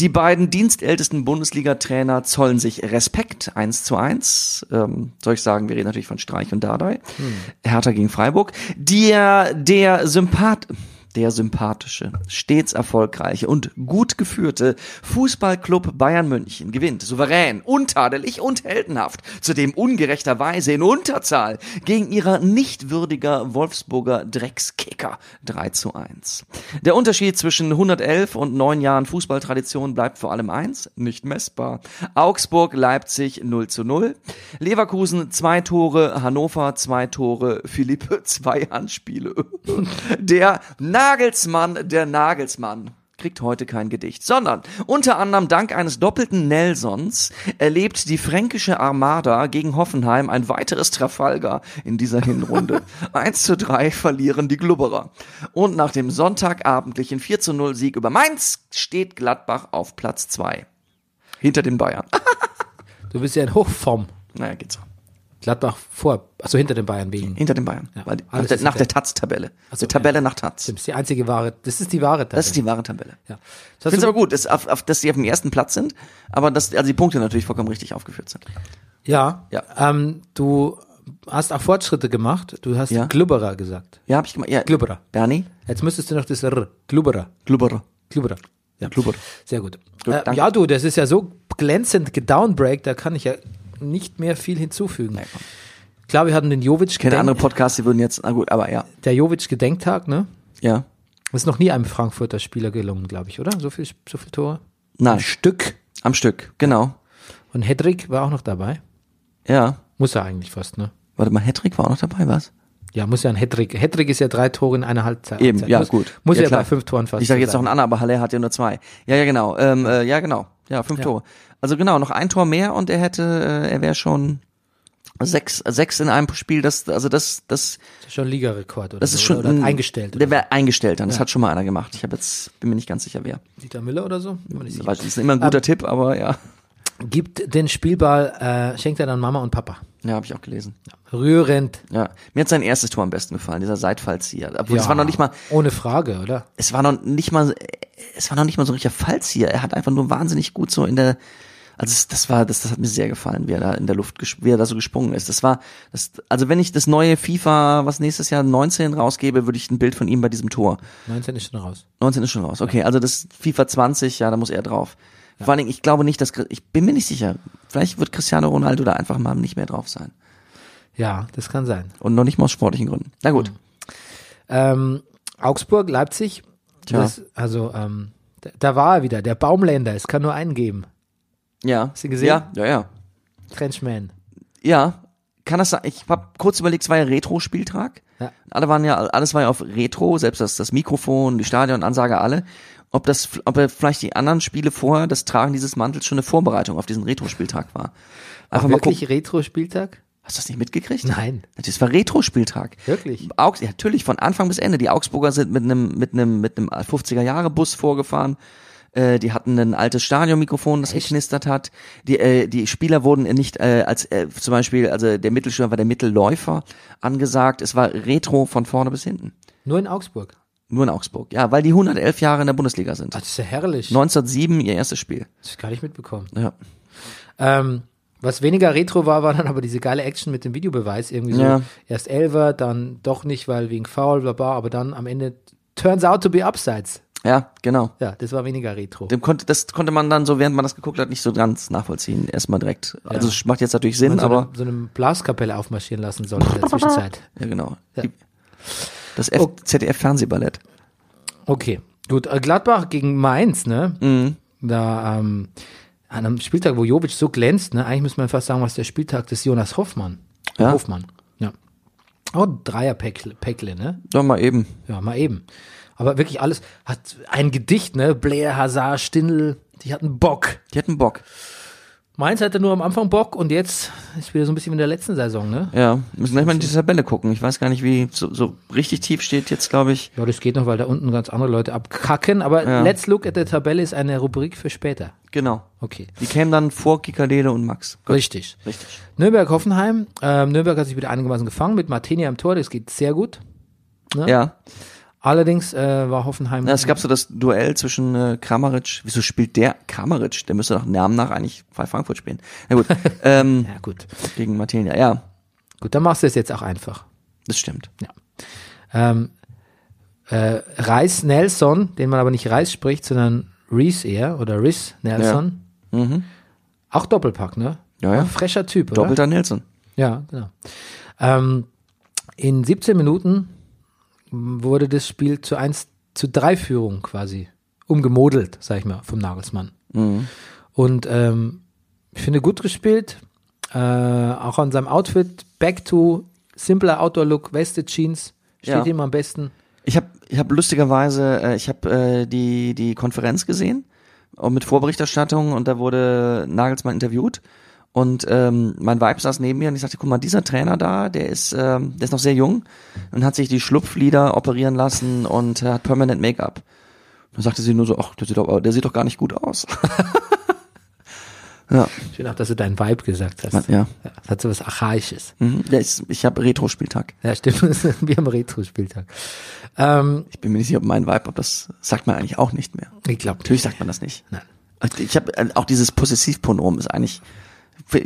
Speaker 1: Die beiden dienstältesten Bundesliga-Trainer zollen sich Respekt 1 zu 1. Ähm, soll ich sagen, wir reden natürlich von Streich und Dardai. Hertha gegen Freiburg. Der, der Sympath der sympathische, stets erfolgreiche und gut geführte Fußballclub Bayern München gewinnt souverän, untadelig und heldenhaft, zudem ungerechterweise in Unterzahl gegen ihrer nicht würdiger Wolfsburger Dreckskicker 3 zu 1. Der Unterschied zwischen 111 und 9 Jahren Fußballtradition bleibt vor allem eins, nicht messbar. Augsburg, Leipzig 0 zu 0, Leverkusen zwei Tore, Hannover zwei Tore, Philippe zwei Anspiele. Der Nagelsmann, der Nagelsmann kriegt heute kein Gedicht, sondern unter anderem dank eines doppelten Nelsons erlebt die fränkische Armada gegen Hoffenheim ein weiteres Trafalgar in dieser Hinrunde. 1 zu 3 verlieren die Glubberer. Und nach dem sonntagabendlichen 4 zu 0 Sieg über Mainz steht Gladbach auf Platz 2. Hinter den Bayern.
Speaker 2: Du bist ja in Hochform.
Speaker 1: Naja, geht so.
Speaker 2: Gladbach vor, also hinter den Bayern wegen.
Speaker 1: Hinter den Bayern.
Speaker 2: Ja,
Speaker 1: Weil- nach
Speaker 2: alles
Speaker 1: der,
Speaker 2: ist
Speaker 1: nach
Speaker 2: hinter-
Speaker 1: der Taz-Tabelle.
Speaker 2: so,
Speaker 1: der Tabelle nach Taz.
Speaker 2: Das ist die einzige wahre, das ist die wahre Tabelle.
Speaker 1: Das ist die wahre Tabelle. Ich
Speaker 2: ja. das hast
Speaker 1: finde es
Speaker 2: du,
Speaker 1: aber gut, dass, auf, auf, dass die auf dem ersten Platz sind, aber dass also die Punkte natürlich vollkommen richtig aufgeführt sind.
Speaker 2: ja,
Speaker 1: Ja.
Speaker 2: Ähm, du hast auch Fortschritte gemacht. Du hast
Speaker 1: Ja.
Speaker 2: Glubberer gesagt.
Speaker 1: Ja, habe ich gemacht. Ja.
Speaker 2: Glubberer.
Speaker 1: Bernie?
Speaker 2: Jetzt müsstest du noch das R. Glubberer.
Speaker 1: Glubberer.
Speaker 2: Glubberer.
Speaker 1: Ja, Glubberer.
Speaker 2: Sehr gut.
Speaker 1: Gut,
Speaker 2: äh,
Speaker 1: danke.
Speaker 2: ja, du, das ist ja so glänzend gedownbreakt, da kann ich ja nicht mehr viel hinzufügen. Klar, wir hatten den Jovic
Speaker 1: Kenne andere
Speaker 2: Gedenk
Speaker 1: Podcasts, die würden jetzt, na gut, aber ja.
Speaker 2: der Jovic Gedenktag, ne?
Speaker 1: Ja.
Speaker 2: Ist noch nie einem Frankfurter Spieler gelungen, glaube ich, oder? So viel so viel Tore. Ein
Speaker 1: Nein,
Speaker 2: Stück.
Speaker 1: am Stück, genau.
Speaker 2: Und Hedrick war auch noch dabei.
Speaker 1: Ja.
Speaker 2: Muss er eigentlich fast, ne?
Speaker 1: Warte mal, Hedrick war auch noch dabei, was?
Speaker 2: Ja, muss ja ein Hedrick. Hedrick ist ja drei Tore in einer Halbzeit.
Speaker 1: Eben,
Speaker 2: Halbzeit.
Speaker 1: ja,
Speaker 2: muss,
Speaker 1: gut.
Speaker 2: Muss ja,
Speaker 1: klar.
Speaker 2: bei fünf Toren fast.
Speaker 1: Ich sage jetzt
Speaker 2: sein.
Speaker 1: noch einen anderen, aber Haller hat ja nur zwei. Ja, ja, genau. Ähm, äh, ja, genau. Ja, fünf Tore. Also genau, noch ein Tor mehr und er hätte, äh, er wäre schon sechs, sechs in einem Spiel. Das, also das, das,
Speaker 2: Das ist schon Ligarekord, oder?
Speaker 1: das ist
Speaker 2: so,
Speaker 1: schon
Speaker 2: oder?
Speaker 1: ein-
Speaker 2: Oder eingestellt.
Speaker 1: Der
Speaker 2: Oder?
Speaker 1: wäre eingestellt dann. Das hat schon mal einer gemacht. Ich habe jetzt bin mir nicht ganz sicher, wer.
Speaker 2: Dieter Müller oder so? Bin mir nicht Ähm. sicher. Ähm,
Speaker 1: Das ist immer ein guter Tipp, aber ja,
Speaker 2: Gibt den Spielball, äh, schenkt er dann Mama und Papa.
Speaker 1: ja, habe ich auch gelesen.
Speaker 2: Rührend.
Speaker 1: Ja, mir hat sein erstes Tor am besten gefallen, dieser Seitfallzieher. Obwohl es
Speaker 2: Ja,
Speaker 1: war noch nicht mal,
Speaker 2: Ohne Frage, oder?
Speaker 1: es war noch nicht mal, es war noch nicht mal so ein richtiger Fallzieher. Er hat einfach nur wahnsinnig gut so in der, also es- das war, das, das hat mir sehr gefallen, wie er da in der Luft, ges- wie er da so gesprungen ist. Das war, das, also wenn ich das neue FIFA, was nächstes Jahr 19 rausgebe, würde ich ein Bild von ihm bei diesem Tor.
Speaker 2: 19 ist schon raus.
Speaker 1: 19 ist schon raus. Okay, also das FIFA 20, ja, da muss er drauf. Vor allen Dingen, ich glaube nicht, dass, Chris- ich bin mir nicht sicher. Vielleicht wird Cristiano Ronaldo da einfach mal nicht mehr drauf sein.
Speaker 2: Ja, das kann sein.
Speaker 1: Und noch nicht mal aus sportlichen Gründen. Na gut.
Speaker 2: Mhm. Ähm, Augsburg, Leipzig.
Speaker 1: Tja.
Speaker 2: Das, also, ähm, da, da war er wieder. Der Baumländer. Es kann nur einen geben.
Speaker 1: Ja.
Speaker 2: Hast du gesehen?
Speaker 1: Ja, ja, ja.
Speaker 2: Trenchman.
Speaker 1: Ja, kann das sein? Ich habe kurz überlegt, es war ja Retro-Spieltag.
Speaker 2: Ja.
Speaker 1: Alle waren ja, alles war ja auf Retro, selbst das, das Mikrofon, die Stadionansage, alle. Ob das, ob er vielleicht die anderen Spiele vorher, das Tragen dieses Mantels schon eine Vorbereitung auf diesen Retro-Spieltag war. Einfach mal gucken.
Speaker 2: Wirklich Retro-Spieltag?
Speaker 1: Hast du das nicht mitgekriegt?
Speaker 2: Nein.
Speaker 1: Das war Retro-Spieltag.
Speaker 2: Wirklich?
Speaker 1: Augs ja, natürlich, von Anfang bis Ende. Die Augsburger sind mit einem, mit einem, mit einem 50er-Jahre-Bus vorgefahren. Äh, die hatten ein altes Stadionmikrofon, das geknistert hat. Die, äh, die Spieler wurden nicht äh, als äh, zum Beispiel, also der Mittelstürmer war der Mittelläufer angesagt. Es war Retro von vorne bis hinten.
Speaker 2: Nur in Augsburg.
Speaker 1: Nur in Augsburg. Ja, weil die 111 Jahre in der Bundesliga sind.
Speaker 2: Ach, das ist ja herrlich.
Speaker 1: 1907 ihr erstes Spiel.
Speaker 2: Das ist gar nicht mitbekommen.
Speaker 1: Ja.
Speaker 2: Ähm, was weniger Retro war, war dann aber diese geile Action mit dem Videobeweis. Irgendwie so
Speaker 1: Ja.
Speaker 2: erst Elver, dann doch nicht, weil wegen Foul, bla bla, aber dann am Ende turns out to be upsides.
Speaker 1: Ja, genau.
Speaker 2: Ja, das war weniger Retro.
Speaker 1: Dem konnte, das konnte man dann so, während man das geguckt hat, nicht so ganz nachvollziehen. Erstmal direkt. Also es macht jetzt natürlich Sinn,
Speaker 2: Also Man so
Speaker 1: aber.
Speaker 2: eine, so eine Blaskapelle aufmarschieren lassen sollte in der Zwischenzeit.
Speaker 1: Ja, genau.
Speaker 2: Ja.
Speaker 1: Die, das F ZDF Fernsehballett.
Speaker 2: Okay, gut. äh, Gladbach gegen Mainz, ne?
Speaker 1: Mhm.
Speaker 2: Da ähm, an einem Spieltag, wo Jovic so glänzt, ne? Eigentlich muss man fast sagen, was der Spieltag des Jonas Hoffmann.
Speaker 1: Ja.
Speaker 2: Hoffmann. Ja. Oh, Dreierpäckle, ne?
Speaker 1: Doch mal eben.
Speaker 2: Ja, mal eben. Aber wirklich alles hat ein Gedicht, ne? Blair, Hazard, Stindl, die hatten Bock.
Speaker 1: Die hatten Bock.
Speaker 2: Mainz hatte nur am Anfang Bock und jetzt ist wieder so ein bisschen wie in der letzten Saison, ne?
Speaker 1: Ja, müssen gleich mal in die Tabelle gucken. Ich weiß gar nicht, wie so, so richtig tief steht jetzt, glaube ich.
Speaker 2: Ja, das geht noch, weil da unten ganz andere Leute abkacken. Aber Let's Look at the Tabelle ist eine Rubrik für später.
Speaker 1: Genau.
Speaker 2: Okay.
Speaker 1: Die kämen dann vor Kikadele und Max.
Speaker 2: Richtig.
Speaker 1: Richtig.
Speaker 2: Nürnberg-Hoffenheim. Ähm, Nürnberg hat sich wieder einigermaßen gefangen mit Martini am Tor. Das geht sehr gut.
Speaker 1: Ja.
Speaker 2: Allerdings äh, war Hoffenheim.
Speaker 1: Na, es gab so das Duell zwischen äh, Kramaric. Wieso spielt der Kramaric? Der müsste nach Namen nach eigentlich bei Frankfurt spielen. Na gut. ähm,
Speaker 2: ja, gut.
Speaker 1: gegen Martinia. Ja,
Speaker 2: Gut, dann machst du es jetzt auch einfach.
Speaker 1: das stimmt.
Speaker 2: Ähm, äh, Reis Nelson, den man aber nicht Reis spricht, sondern Reese eher oder Riz Nelson. Auch Doppelpack, ne?
Speaker 1: Mhm. Ja, ja.
Speaker 2: Ein frescher Typ, oder?
Speaker 1: Doppelter Nelson.
Speaker 2: Ja, genau. Ähm, in 17 Minuten wurde das Spiel zu 1 zu 3 Führung quasi umgemodelt, sag ich mal, vom Nagelsmann.
Speaker 1: Mhm.
Speaker 2: Und ähm, ich finde gut gespielt, äh, auch an seinem Outfit, back to simpler Outdoor-Look, Weste, Jeans, steht
Speaker 1: Ja.
Speaker 2: ihm am besten.
Speaker 1: Ich habe ich hab lustigerweise, äh, ich habe äh, die, die Konferenz gesehen und mit Vorberichterstattung und da wurde Nagelsmann interviewt und ähm, mein Vibe saß neben mir und ich sagte, guck mal, dieser Trainer da, der ist, ähm, der ist noch sehr jung und hat sich die Schlupflider operieren lassen und äh, hat permanent Make-up. Dann sagte sie nur so, ach, der sieht doch, der sieht doch gar nicht gut aus. ja,
Speaker 2: Schön auch, dass du deinen Vibe gesagt hast.
Speaker 1: ja.
Speaker 2: Das hat so was Archaisches.
Speaker 1: Mhm. Der ist, ich habe Retro-Spieltag.
Speaker 2: Ja, stimmt, das ist wie am Retro-Spieltag. Ähm,
Speaker 1: Ich bin mir nicht sicher, ob mein Vibe, ob das sagt man eigentlich auch nicht mehr.
Speaker 2: ich glaube,
Speaker 1: Natürlich sagt man das nicht. Ich habe auch dieses Possessivpronomen ist eigentlich.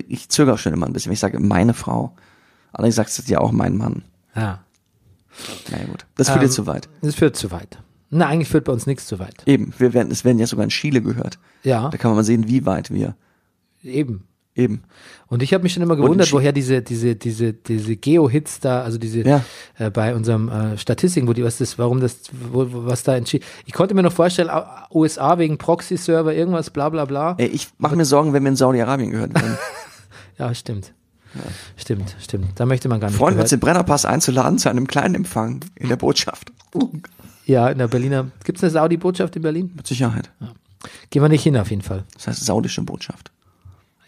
Speaker 1: Ich zögere schon immer ein bisschen, wenn ich sage meine Frau. Allerdings sagst du ja auch mein Mann.
Speaker 2: ja.
Speaker 1: Na ja, gut, das führt
Speaker 2: Ähm,
Speaker 1: jetzt zu weit.
Speaker 2: Das führt zu weit. Na, eigentlich führt bei uns nichts zu weit.
Speaker 1: Eben, wir werden, es werden ja sogar in Chile gehört.
Speaker 2: Ja,
Speaker 1: Da kann man mal sehen, wie weit wir.
Speaker 2: eben.
Speaker 1: Eben.
Speaker 2: Und ich habe mich schon immer gewundert, woher diese, diese, diese, diese Geo-Hits da, also diese
Speaker 1: Ja.
Speaker 2: äh, bei unserem äh, Statistiken, wo die, was das, warum das, wo, wo- was da entschieden. Ich konnte mir noch vorstellen, A- USA wegen Proxy-Server, irgendwas, bla bla bla.
Speaker 1: Ey, ich mache mir Sorgen, wenn wir in Saudi-Arabien gehört werden.
Speaker 2: Ja, stimmt. Stimmt, stimmt. Da möchte man gar nicht.
Speaker 1: Freuen wir
Speaker 2: gehört-
Speaker 1: uns, den Brennerpass einzuladen zu einem kleinen Empfang in der Botschaft. Uh,
Speaker 2: Ja, in der Berliner. Gibt es eine Saudi-Botschaft in Berlin?
Speaker 1: Mit Sicherheit.
Speaker 2: Gehen wir nicht hin auf jeden Fall.
Speaker 1: Das heißt saudische Botschaft.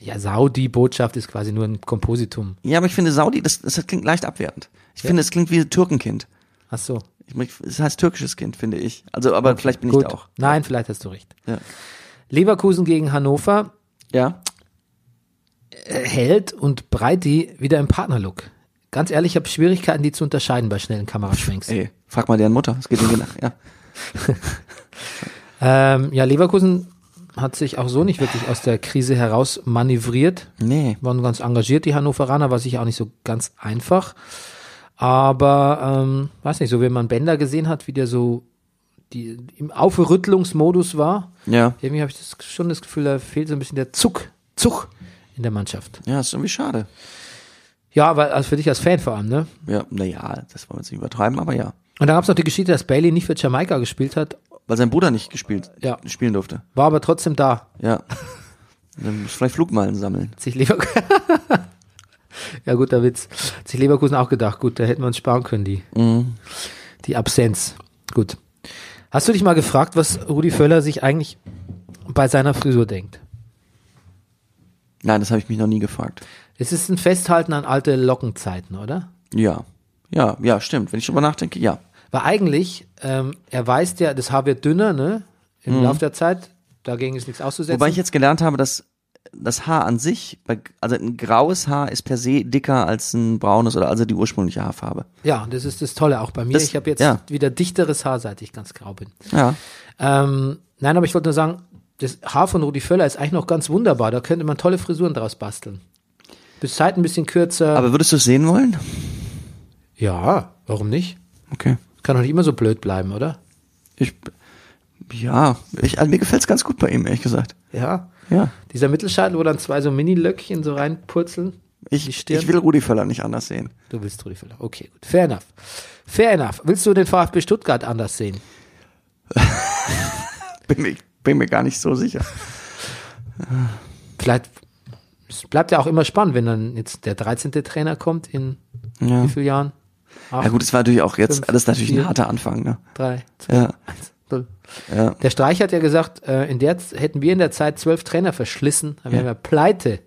Speaker 2: Ja, Saudi-Botschaft ist quasi nur ein Kompositum.
Speaker 1: Ja, aber ich finde Saudi, das, das klingt leicht abwertend. Ich finde, es klingt wie Türkenkind.
Speaker 2: Ach so.
Speaker 1: Ich mein, Es heißt türkisches Kind, finde ich. Also, aber vielleicht bin ich da auch.
Speaker 2: Nein, vielleicht hast du recht.
Speaker 1: Ja.
Speaker 2: Leverkusen gegen Hannover
Speaker 1: Ja.
Speaker 2: äh, Held und Breiti wieder im Partnerlook. Ganz ehrlich, ich habe Schwierigkeiten, die zu unterscheiden bei schnellen Kameraschwenks.
Speaker 1: Ey, frag mal deren Mutter. Es geht irgendwie nach. Ja.
Speaker 2: Ähm, ja, Leverkusen hat sich auch so nicht wirklich aus der Krise heraus manövriert.
Speaker 1: Nee.
Speaker 2: Waren ganz engagiert, die Hannoveraner, war sicher auch nicht so ganz einfach. Aber, ähm, weiß nicht, so wie man Bender gesehen hat, wie der so die, im Aufrüttelungsmodus war,
Speaker 1: Ja.
Speaker 2: irgendwie habe ich das, schon das Gefühl, da fehlt so ein bisschen der Zug, Zug in der Mannschaft.
Speaker 1: Ja, ist irgendwie schade.
Speaker 2: Ja, aber also für dich als Fan vor allem, ne?
Speaker 1: Ja, naja, das wollen wir jetzt nicht übertreiben, aber ja.
Speaker 2: Und dann gab es noch die Geschichte, dass Bailey nicht für Jamaika gespielt hat,
Speaker 1: Weil sein Bruder nicht gespielt,
Speaker 2: Ja.
Speaker 1: spielen durfte.
Speaker 2: war aber trotzdem da.
Speaker 1: Ja. Dann muss vielleicht Flugmeilen sammeln.
Speaker 2: Hat sich Leverkusen. ja, guter Witz. Hat sich Leverkusen auch gedacht, gut, da hätten wir uns sparen können, die,
Speaker 1: Mhm.
Speaker 2: die Absenz. Gut. Hast du dich mal gefragt, was Rudi Völler sich eigentlich bei seiner Frisur denkt?
Speaker 1: Nein, das habe ich mich noch nie gefragt.
Speaker 2: Es ist ein Festhalten an alte Lockenzeiten, oder?
Speaker 1: Ja. Ja, ja, stimmt. Wenn ich drüber nachdenke, ja.
Speaker 2: Weil eigentlich, ähm, er weiß ja, das Haar wird dünner, ne? Im Lauf der Zeit. Dagegen ist nichts auszusetzen.
Speaker 1: Mhm. Wobei ich jetzt gelernt habe, dass das Haar an sich, bei- also ein graues Haar ist per se dicker als ein braunes oder also die ursprüngliche Haarfarbe.
Speaker 2: ja, das ist das Tolle auch bei mir.
Speaker 1: Das-
Speaker 2: ich habe jetzt
Speaker 1: ja.
Speaker 2: wieder dichteres Haar, seit ich ganz grau bin.
Speaker 1: Ja.
Speaker 2: Ähm, nein, aber ich wollte nur sagen, das Haar von Rudi Völler ist eigentlich noch ganz wunderbar. Da könnte man tolle Frisuren draus basteln. Bis Zeit ein bisschen kürzer.
Speaker 1: Aber würdest du es sehen wollen?
Speaker 2: ja, warum nicht?
Speaker 1: Okay.
Speaker 2: Kann doch nicht immer so blöd bleiben, oder?
Speaker 1: Ich, ja, ich, also mir gefällt's ganz gut bei ihm, ehrlich gesagt.
Speaker 2: Ja.
Speaker 1: Ja.
Speaker 2: Dieser Mittelscheitel, wo dann zwei so Mini-Löckchen so reinpurzeln.
Speaker 1: Ich,
Speaker 2: Die Stirn.
Speaker 1: ich will Rudi Völler nicht anders sehen.
Speaker 2: Du willst Rudi Völler. Okay, gut. Fair enough. Fair enough. Willst du den VfB Stuttgart anders sehen?
Speaker 1: Bin mir, bin mir gar nicht so sicher.
Speaker 2: Vielleicht es bleibt ja auch immer spannend, wenn dann jetzt der 13. Trainer kommt in
Speaker 1: Ja.
Speaker 2: wie vielen Jahren? Acht,
Speaker 1: Ja gut, es war natürlich auch jetzt,
Speaker 2: Fünf,
Speaker 1: das ist natürlich
Speaker 2: vier.
Speaker 1: ein harter Anfang, ne?
Speaker 2: drei, zwei,
Speaker 1: Ja.
Speaker 2: eins, null.
Speaker 1: Ja.
Speaker 2: Der Streich hat ja gesagt, äh, in der Z- hätten wir in der Zeit zwölf Trainer verschlissen, dann wären wir pleite.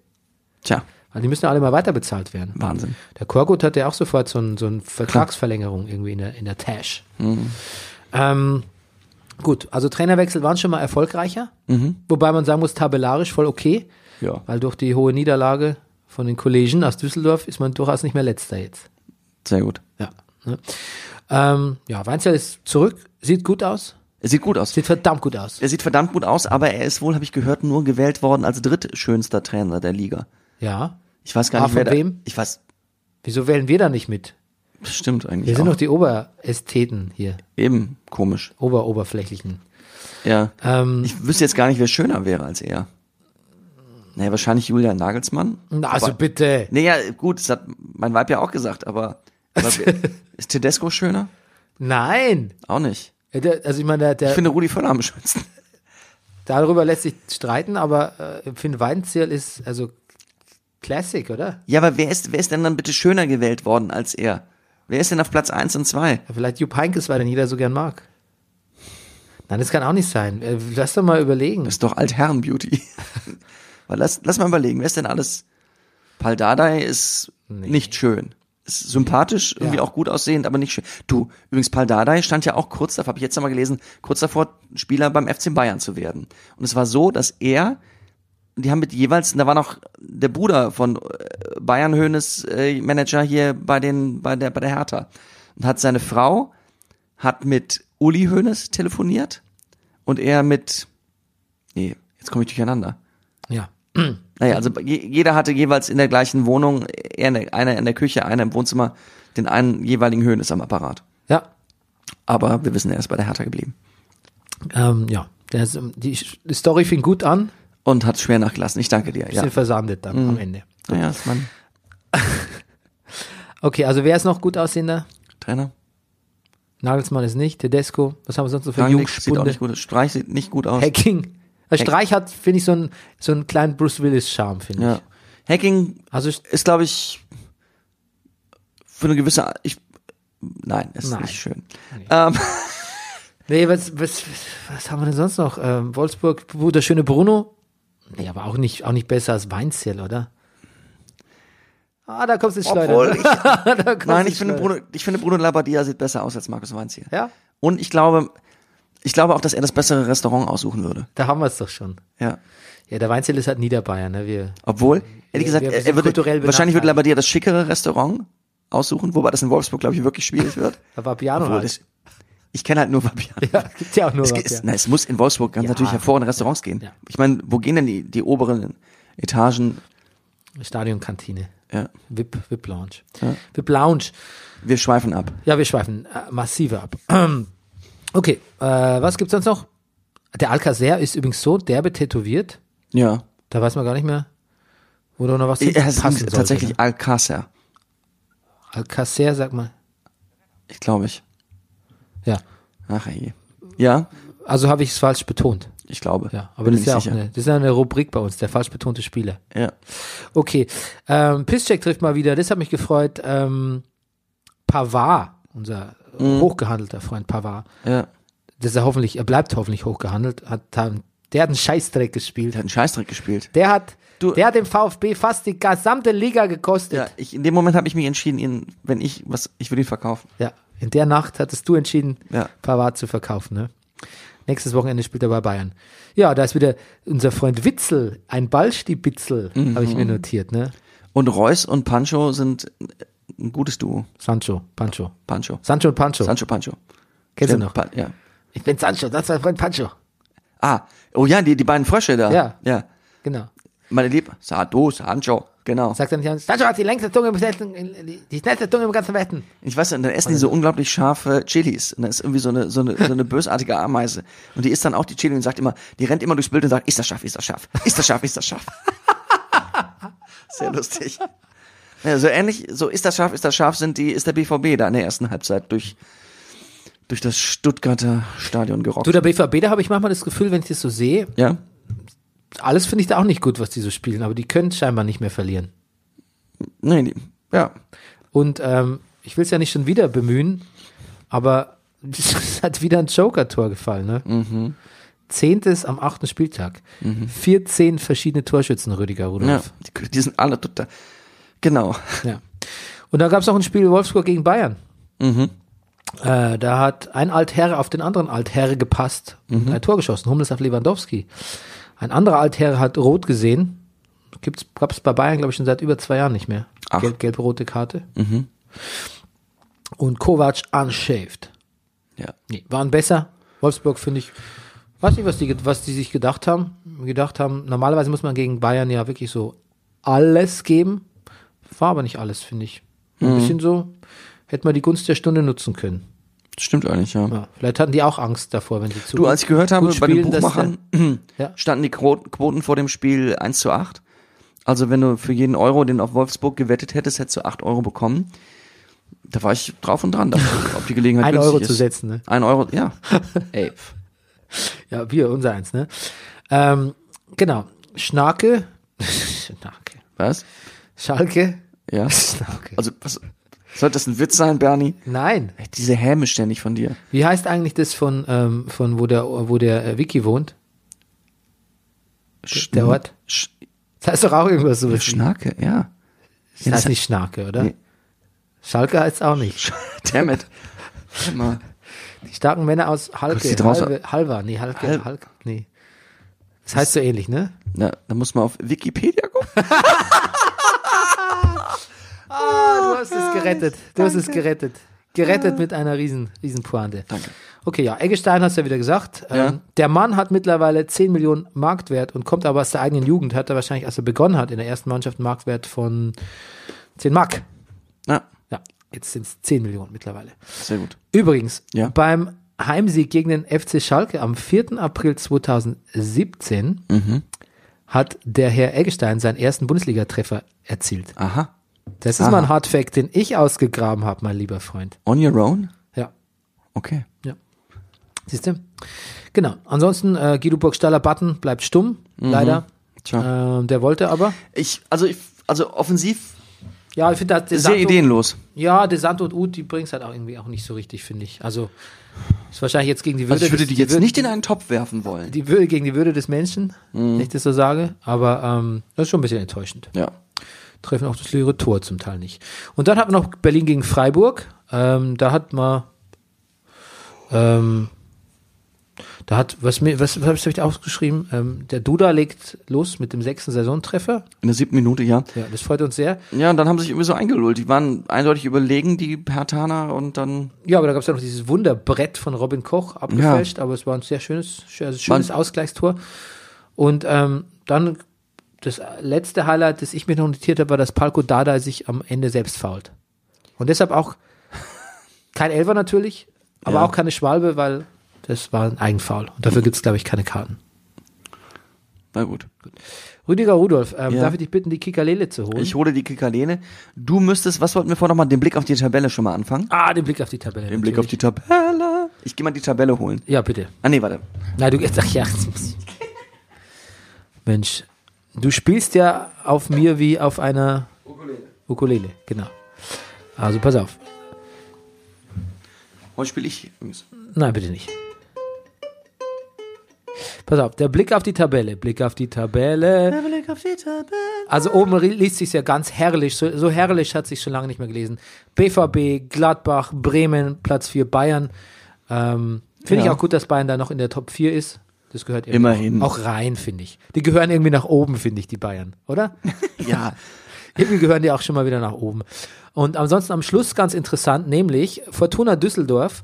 Speaker 1: Tja,
Speaker 2: Weil die müssen ja alle mal weiter bezahlt werden.
Speaker 1: Wahnsinn.
Speaker 2: Der Korkut hat ja auch sofort so, ein, so eine Vertragsverlängerung irgendwie in der, in der Tasche.
Speaker 1: Mhm.
Speaker 2: Ähm, gut, also Trainerwechsel waren schon mal erfolgreicher.
Speaker 1: Mhm.
Speaker 2: Wobei man sagen muss, tabellarisch voll okay.
Speaker 1: Ja.
Speaker 2: Weil durch die hohe Niederlage von den Kollegen aus Düsseldorf ist man durchaus nicht mehr letzter jetzt.
Speaker 1: Sehr gut.
Speaker 2: Ja. Ne? Ähm, ja, Weinzel ist zurück, sieht gut aus.
Speaker 1: Er sieht gut aus.
Speaker 2: Sieht verdammt gut aus.
Speaker 1: Er sieht verdammt gut aus, aber er ist wohl, habe ich gehört, nur gewählt worden als drittschönster Trainer der Liga.
Speaker 2: Ja.
Speaker 1: Ich weiß gar
Speaker 2: Ah,
Speaker 1: nicht, wer
Speaker 2: von
Speaker 1: da-
Speaker 2: wem?
Speaker 1: Ich weiß,
Speaker 2: Wieso wählen wir da nicht mit?
Speaker 1: das stimmt eigentlich.
Speaker 2: Wir sind
Speaker 1: auch.
Speaker 2: doch die Oberästheten hier,
Speaker 1: Eben komisch.
Speaker 2: Oberoberflächlichen.
Speaker 1: Ja.
Speaker 2: Ähm,
Speaker 1: Ich wüsste jetzt gar nicht, wer schöner wäre als er. Naja, wahrscheinlich Julian Nagelsmann.
Speaker 2: na, also bitte.
Speaker 1: Naja, gut, das hat mein Weib ja auch gesagt, aber, aber wer- ist Tedesco schöner?
Speaker 2: Nein.
Speaker 1: Auch nicht.
Speaker 2: Ja, der- Also ich meine, der,
Speaker 1: Ich
Speaker 2: der,
Speaker 1: finde Rudi Völler am schönsten.
Speaker 2: darüber lässt sich streiten, aber äh, Finn Weinzierl ist also Classic, oder?
Speaker 1: Ja, aber wer ist, wer ist denn dann bitte schöner gewählt worden als er? Wer ist denn auf Platz 1 und 2?
Speaker 2: Ja, vielleicht Jupp Heinkes, weil den jeder so gern mag. Nein, das kann auch nicht sein. Äh, Lass doch mal überlegen.
Speaker 1: Das Hm, ist doch Altherren-Beauty. Weil lass, lass mal überlegen, wer ist denn alles? Paul Dardai ist nicht schön. Ist sympathisch, irgendwie
Speaker 2: Ja.
Speaker 1: auch gut aussehend, aber nicht schön. Du, übrigens, Paul Dardai stand ja auch kurz davor, habe ich jetzt nochmal gelesen, kurz davor, Spieler beim FC Bayern zu werden. Und es war so, dass er, die haben mit jeweils, da war noch der Bruder von äh, Bayern Hönes äh, Manager hier bei den, bei der, bei der Hertha. Und hat seine Frau, hat mit Uli Hoeneß telefoniert und er mit, nee, jetzt komme ich durcheinander.
Speaker 2: Ja.
Speaker 1: Naja, also je, jeder hatte jeweils in der gleichen Wohnung, er in der, einer in der Küche, einer im Wohnzimmer, den einen jeweiligen Hoeneß am Apparat.
Speaker 2: Ja.
Speaker 1: Aber wir wissen, er ist bei der Hertha geblieben.
Speaker 2: Ähm, ja. Der ist, ähm, die Story fing gut an.
Speaker 1: und hat schwer nachgelassen. Ich danke dir. Ja, Mhm.
Speaker 2: Bisschen versandet dann am Ende.
Speaker 1: naja, ist mein
Speaker 2: Okay, also wer ist noch gut aussehender?
Speaker 1: Trainer.
Speaker 2: Nagelsmann ist nicht, Tedesco, was haben wir sonst noch für
Speaker 1: Rangnick sieht auch
Speaker 2: Jungspunde?
Speaker 1: nicht gut aus. Streich sieht nicht gut aus.
Speaker 2: Hacking. Äh, Streich hat, finde ich, so einen, so einen kleinen Bruce Willis-Charme, finde
Speaker 1: Ja.
Speaker 2: ich.
Speaker 1: Hacking
Speaker 2: Also
Speaker 1: ist, glaube ich, für eine gewisse. Art- Ich, nein, ist
Speaker 2: Nein.
Speaker 1: nicht schön. Ähm,
Speaker 2: Nee, was, was, was haben wir denn sonst noch? Ähm, Wolfsburg, Bu- der schöne Bruno. Nee, aber auch nicht, auch nicht besser als Weinzell, oder? Ah, da kommst du ins
Speaker 1: obwohl
Speaker 2: Schleuder.
Speaker 1: ich,
Speaker 2: Da kommst
Speaker 1: nein,
Speaker 2: du
Speaker 1: ich finde,
Speaker 2: ins Schleuder.
Speaker 1: Bruno, ich finde Bruno Labbadia sieht besser aus als Markus Weinziel.
Speaker 2: äh Ja,
Speaker 1: Und ich glaube, ich glaube auch, dass er das bessere Restaurant aussuchen würde.
Speaker 2: da haben wir es doch schon.
Speaker 1: Ja.
Speaker 2: Ja, der Weinzell ist halt Niederbayern, ne? Wir,
Speaker 1: Obwohl, ehrlich gesagt,
Speaker 2: wir
Speaker 1: er,
Speaker 2: sind
Speaker 1: er
Speaker 2: kulturell
Speaker 1: würde, wahrscheinlich würde
Speaker 2: benachteiligt.
Speaker 1: Labbadia das schickere Restaurant aussuchen, wobei das in Wolfsburg, glaube ich, wirklich schwierig wird.
Speaker 2: da war Piano
Speaker 1: Obwohl,
Speaker 2: halt.
Speaker 1: das, ich kenne halt nur Vapiano.
Speaker 2: Ja, gibt's ja auch nur
Speaker 1: Es,
Speaker 2: was,
Speaker 1: ist,
Speaker 2: ja.
Speaker 1: na, es muss in Wolfsburg ganz
Speaker 2: Ja.
Speaker 1: natürlich hervorragende Restaurants gehen.
Speaker 2: Ja.
Speaker 1: Ich meine, wo gehen denn die, die oberen Etagen? ne-
Speaker 2: Stadionkantine.
Speaker 1: Ja.
Speaker 2: VIP, VIP Lounge. VIP Lounge.
Speaker 1: Wir schweifen ab.
Speaker 2: Ja, wir schweifen äh, massive ab. Okay, äh, was gibt's sonst noch? Der Alcacer ist übrigens so derbe tätowiert,
Speaker 1: Ja.
Speaker 2: da weiß man gar nicht mehr, wo da noch was
Speaker 1: Er ist
Speaker 2: passen sollte,
Speaker 1: tatsächlich
Speaker 2: Ne?
Speaker 1: Alcácer,
Speaker 2: Alcacer, sag mal.
Speaker 1: ich glaube ich.
Speaker 2: Ja,
Speaker 1: Ach ey. Ja,
Speaker 2: also habe ich es falsch betont.
Speaker 1: ich glaube.
Speaker 2: Ja, aber
Speaker 1: Bin
Speaker 2: das ist ja
Speaker 1: mir
Speaker 2: auch eine, das ist ja eine Rubrik bei uns, der falsch betonte Spieler.
Speaker 1: Ja.
Speaker 2: Okay, ähm, Pisscheck trifft mal wieder, das hat mich gefreut. Ähm, Pavard, unser
Speaker 1: Mhm.
Speaker 2: hochgehandelter Freund Pavard,
Speaker 1: ja.
Speaker 2: das ist ja hoffentlich, er bleibt hoffentlich hochgehandelt, hat, der hat einen Scheißdreck gespielt.
Speaker 1: Der hat einen Scheißdreck gespielt.
Speaker 2: Der hat,
Speaker 1: Du-
Speaker 2: der hat dem VfB fast die gesamte Liga
Speaker 1: Ja,
Speaker 2: gekostet.
Speaker 1: ich, in dem Moment habe ich mich entschieden, ihn, wenn ich was, ich würde ihn verkaufen.
Speaker 2: Ja. In der Nacht hattest du entschieden,
Speaker 1: Ja.
Speaker 2: Pavard zu verkaufen. Ne? Nächstes Wochenende spielt er bei Bayern. Ja, da ist wieder unser Freund Witzel, ein Ballstibitzel, habe ich mir notiert. Ne?
Speaker 1: Und Reus und Pancho sind ein gutes Duo.
Speaker 2: Sancho, Pancho.
Speaker 1: Pancho.
Speaker 2: Sancho und Pancho.
Speaker 1: Sancho Pancho.
Speaker 2: Kennst du noch?
Speaker 1: Pa ja.
Speaker 2: Ich bin Sancho, das ist mein Freund Pancho.
Speaker 1: Ah, oh ja, die, die beiden Frösche da.
Speaker 2: Ja.
Speaker 1: Ja.
Speaker 2: Genau.
Speaker 1: Meine Liebe, Sado, Sancho, genau.
Speaker 2: Sagt er nicht, anders. Sancho hat die längste Zunge, im ganzen- die schnellste Zunge im ganzen Westen.
Speaker 1: Ich weiß, und dann essen die so unglaublich scharfe Chilis. Und da ist irgendwie so eine, so eine, so eine bösartige Ameise. Und die isst dann auch die Chili und sagt immer, die rennt immer durchs Bild und sagt, ist das scharf, ist das scharf, ist das scharf, ist das scharf. Sehr lustig. Ja, so ähnlich, so ist das scharf, ist das scharf sind die, ist der BVB da in der ersten Halbzeit durch, durch das Stuttgarter Stadion gerockt.
Speaker 2: Du, der BVB, da habe ich manchmal das Gefühl, wenn ich das so sehe,
Speaker 1: ja?
Speaker 2: alles finde ich da auch nicht gut, was die so spielen, aber die können scheinbar nicht mehr verlieren.
Speaker 1: Nee, die, ja.
Speaker 2: Und ähm, ich will es ja nicht schon wieder bemühen, aber es hat wieder ein Joker-Tor gefallen. Ne? Zehntes am achten Spieltag. 14 verschiedene Torschützen, Rüdiger
Speaker 1: ja.
Speaker 2: Rudolf.
Speaker 1: Die, die sind alle total, genau.
Speaker 2: Ja. Und da gab es noch ein Spiel Wolfsburg gegen Bayern. Äh, da hat ein Altherre auf den anderen Altherre gepasst und ein Tor geschossen. Hummels auf Lewandowski. Ein anderer Altherre hat rot gesehen. Gibt's, gab's bei Bayern, glaube ich, schon seit über zwei Jahren nicht mehr.
Speaker 1: Ach.
Speaker 2: Gelb, gelb-rote Karte. Und Kovac unshaved.
Speaker 1: Ja.
Speaker 2: Nee, waren besser. Wolfsburg finde ich, weiß nicht, was die, ge- was die sich gedacht haben. Gedacht haben, normalerweise muss man gegen Bayern ja wirklich so alles geben. War aber nicht alles, finde ich.
Speaker 1: Mhm.
Speaker 2: Ein bisschen so, hätte man die Gunst der Stunde nutzen können.
Speaker 1: Stimmt eigentlich, ja.
Speaker 2: Ja, vielleicht hatten die auch Angst davor, wenn sie zu
Speaker 1: Du, als ich gehört habe,
Speaker 2: gut
Speaker 1: bei den
Speaker 2: spielen, dass
Speaker 1: Buchmachern
Speaker 2: der- Ja.
Speaker 1: standen die Quo- Quoten vor dem Spiel 1 zu 8. Also wenn du für jeden Euro, den du auf Wolfsburg gewettet hättest, hättest du 8 Euro bekommen. Da war ich drauf und dran, dass, ob die Gelegenheit
Speaker 2: Ein
Speaker 1: günstig
Speaker 2: Euro
Speaker 1: ist.
Speaker 2: zu setzen, ne?
Speaker 1: Ein Euro, ja. Ey, pf.
Speaker 2: Ja, wir, unser eins, ne? Ähm, genau. Schnarke. Schnarke.
Speaker 1: was?
Speaker 2: Schalke.
Speaker 1: Ja.
Speaker 2: Schnarke.
Speaker 1: Also, was, sollte das ein Witz sein, Bernie?
Speaker 2: Nein.
Speaker 1: Ey, Diese Häme ständig von dir.
Speaker 2: Wie heißt eigentlich das von, ähm, von wo der, wo der äh, Vicky wohnt? Der Ort?
Speaker 1: Sch
Speaker 2: Das heißt doch auch irgendwas so wissen.
Speaker 1: Schnacke, ja.
Speaker 2: Das heißt nicht Schnarke, oder?
Speaker 1: Nee.
Speaker 2: Schalke heißt auch nicht.
Speaker 1: Damn it. Warte mal.
Speaker 2: Die starken Männer aus Halke.
Speaker 1: sieht raus-
Speaker 2: Halve, Halva, nee, Halke,
Speaker 1: Hal-
Speaker 2: Halke, nee. Das heißt so ähnlich, ne?
Speaker 1: Na, da muss man auf Wikipedia gucken.
Speaker 2: Du hast es gerettet. Du hast es gerettet. Gerettet mit einer riesen, riesen Pointe. Danke. Okay, ja, Eggestein hast du ja wieder gesagt. Ähm, der Mann hat mittlerweile 10 Millionen Marktwert und kommt aber aus der eigenen Jugend. Hat er wahrscheinlich, als er begonnen hat, in der ersten Mannschaft einen Marktwert von 10 Mark.
Speaker 1: Na,
Speaker 2: Ja, jetzt sind es 10 Millionen mittlerweile.
Speaker 1: sehr gut.
Speaker 2: Übrigens,
Speaker 1: Ja.
Speaker 2: beim Mhm. Heimsieg gegen den FC Schalke am 4. April 2017 hat der Herr Eggestein seinen ersten Bundesligatreffer erzielt.
Speaker 1: Aha.
Speaker 2: Das ist mal ein Hardfact, den ich ausgegraben habe, mein lieber Freund.
Speaker 1: On your own?
Speaker 2: Ja,
Speaker 1: Okay.
Speaker 2: siehst du? Genau. Ansonsten, äh, Guido Burgstaller Button bleibt stumm, leider.
Speaker 1: Mhm. Tja.
Speaker 2: Ähm, der wollte aber.
Speaker 1: Ich, also ich, also offensiv
Speaker 2: Ja, ich finde, dass De
Speaker 1: sehr
Speaker 2: Santo-
Speaker 1: ideenlos.
Speaker 2: Ja, De Santo und Uth, die bringen es halt auch irgendwie auch nicht so richtig, finde ich. Also, ist wahrscheinlich jetzt gegen die Würde.
Speaker 1: Also ich würde
Speaker 2: des-
Speaker 1: die jetzt
Speaker 2: Würde-
Speaker 1: nicht Mhm. in einen Topf werfen wollen.
Speaker 2: Die Würde gegen die Würde des Menschen, wenn ich das so sage. Aber ähm, das ist schon ein bisschen enttäuschend.
Speaker 1: Ja.
Speaker 2: treffen auch das leere Tor zum Teil nicht. Und dann hat man noch Berlin gegen Freiburg. Ähm, da hat man, ähm, da hat, was mir, was, was habe ich da aufgeschrieben? Ähm, der Duda legt los mit dem sechsten Saisontreffer.
Speaker 1: In der siebten Minute, ja.
Speaker 2: Ja, das freut uns sehr.
Speaker 1: Ja, und dann haben sie sich irgendwie so eingelullt. Die waren eindeutig überlegen, die Hertaner, und dann
Speaker 2: Ja, aber da gab es ja noch dieses Wunderbrett von Robin Koch abgefälscht, aber es war ein sehr schönes, schö- also schönes
Speaker 1: Man-
Speaker 2: Ausgleichstor. Und ähm, dann das letzte Highlight, das ich mir noch notiert habe, war, dass Palko Dada sich am Ende selbst fault. Und deshalb auch kein Elfer natürlich, aber auch keine Schwalbe, weil das war ein Eigenfoul. Und dafür gibt es, glaube ich, keine Karten.
Speaker 1: na gut.
Speaker 2: Rüdiger Rudolf, ähm,
Speaker 1: Ja.
Speaker 2: darf ich dich bitten, die Kikalele zu holen?
Speaker 1: Ich hole die Kikalene. Du müsstest, was wollten wir vorher nochmal, den Blick auf die Tabelle schon mal anfangen?
Speaker 2: ah, den Blick auf die Tabelle.
Speaker 1: Den Blick auf die Tabelle. Ich gehe mal die Tabelle holen.
Speaker 2: Ja, bitte.
Speaker 1: Ah, nee, warte.
Speaker 2: Na, du ach ja. Mensch, du spielst ja auf mir wie auf einer Ukulele. Ukulele, genau. Also pass auf.
Speaker 1: Heute spiele ich. übrigens.
Speaker 2: Nein, bitte nicht. Pass auf, der Blick auf die Tabelle, Blick auf die Tabelle. Der Blick auf die Tabelle. Also oben ri- liest sich's ja ganz herrlich, so, so herrlich hat sich schon lange nicht mehr gelesen. BVB, Gladbach, Bremen, Platz 4, Bayern. Ähm, finde
Speaker 1: Ja.
Speaker 2: ich auch gut, dass Bayern da noch in der Top 4 ist. Das gehört irgendwie
Speaker 1: Immerhin.
Speaker 2: Auch, auch rein, finde ich. Die gehören irgendwie nach oben, finde ich, die Bayern, oder?
Speaker 1: Ja.
Speaker 2: Irgendwie gehören die auch schon mal wieder nach oben. Und ansonsten am Schluss ganz interessant, nämlich Fortuna Düsseldorf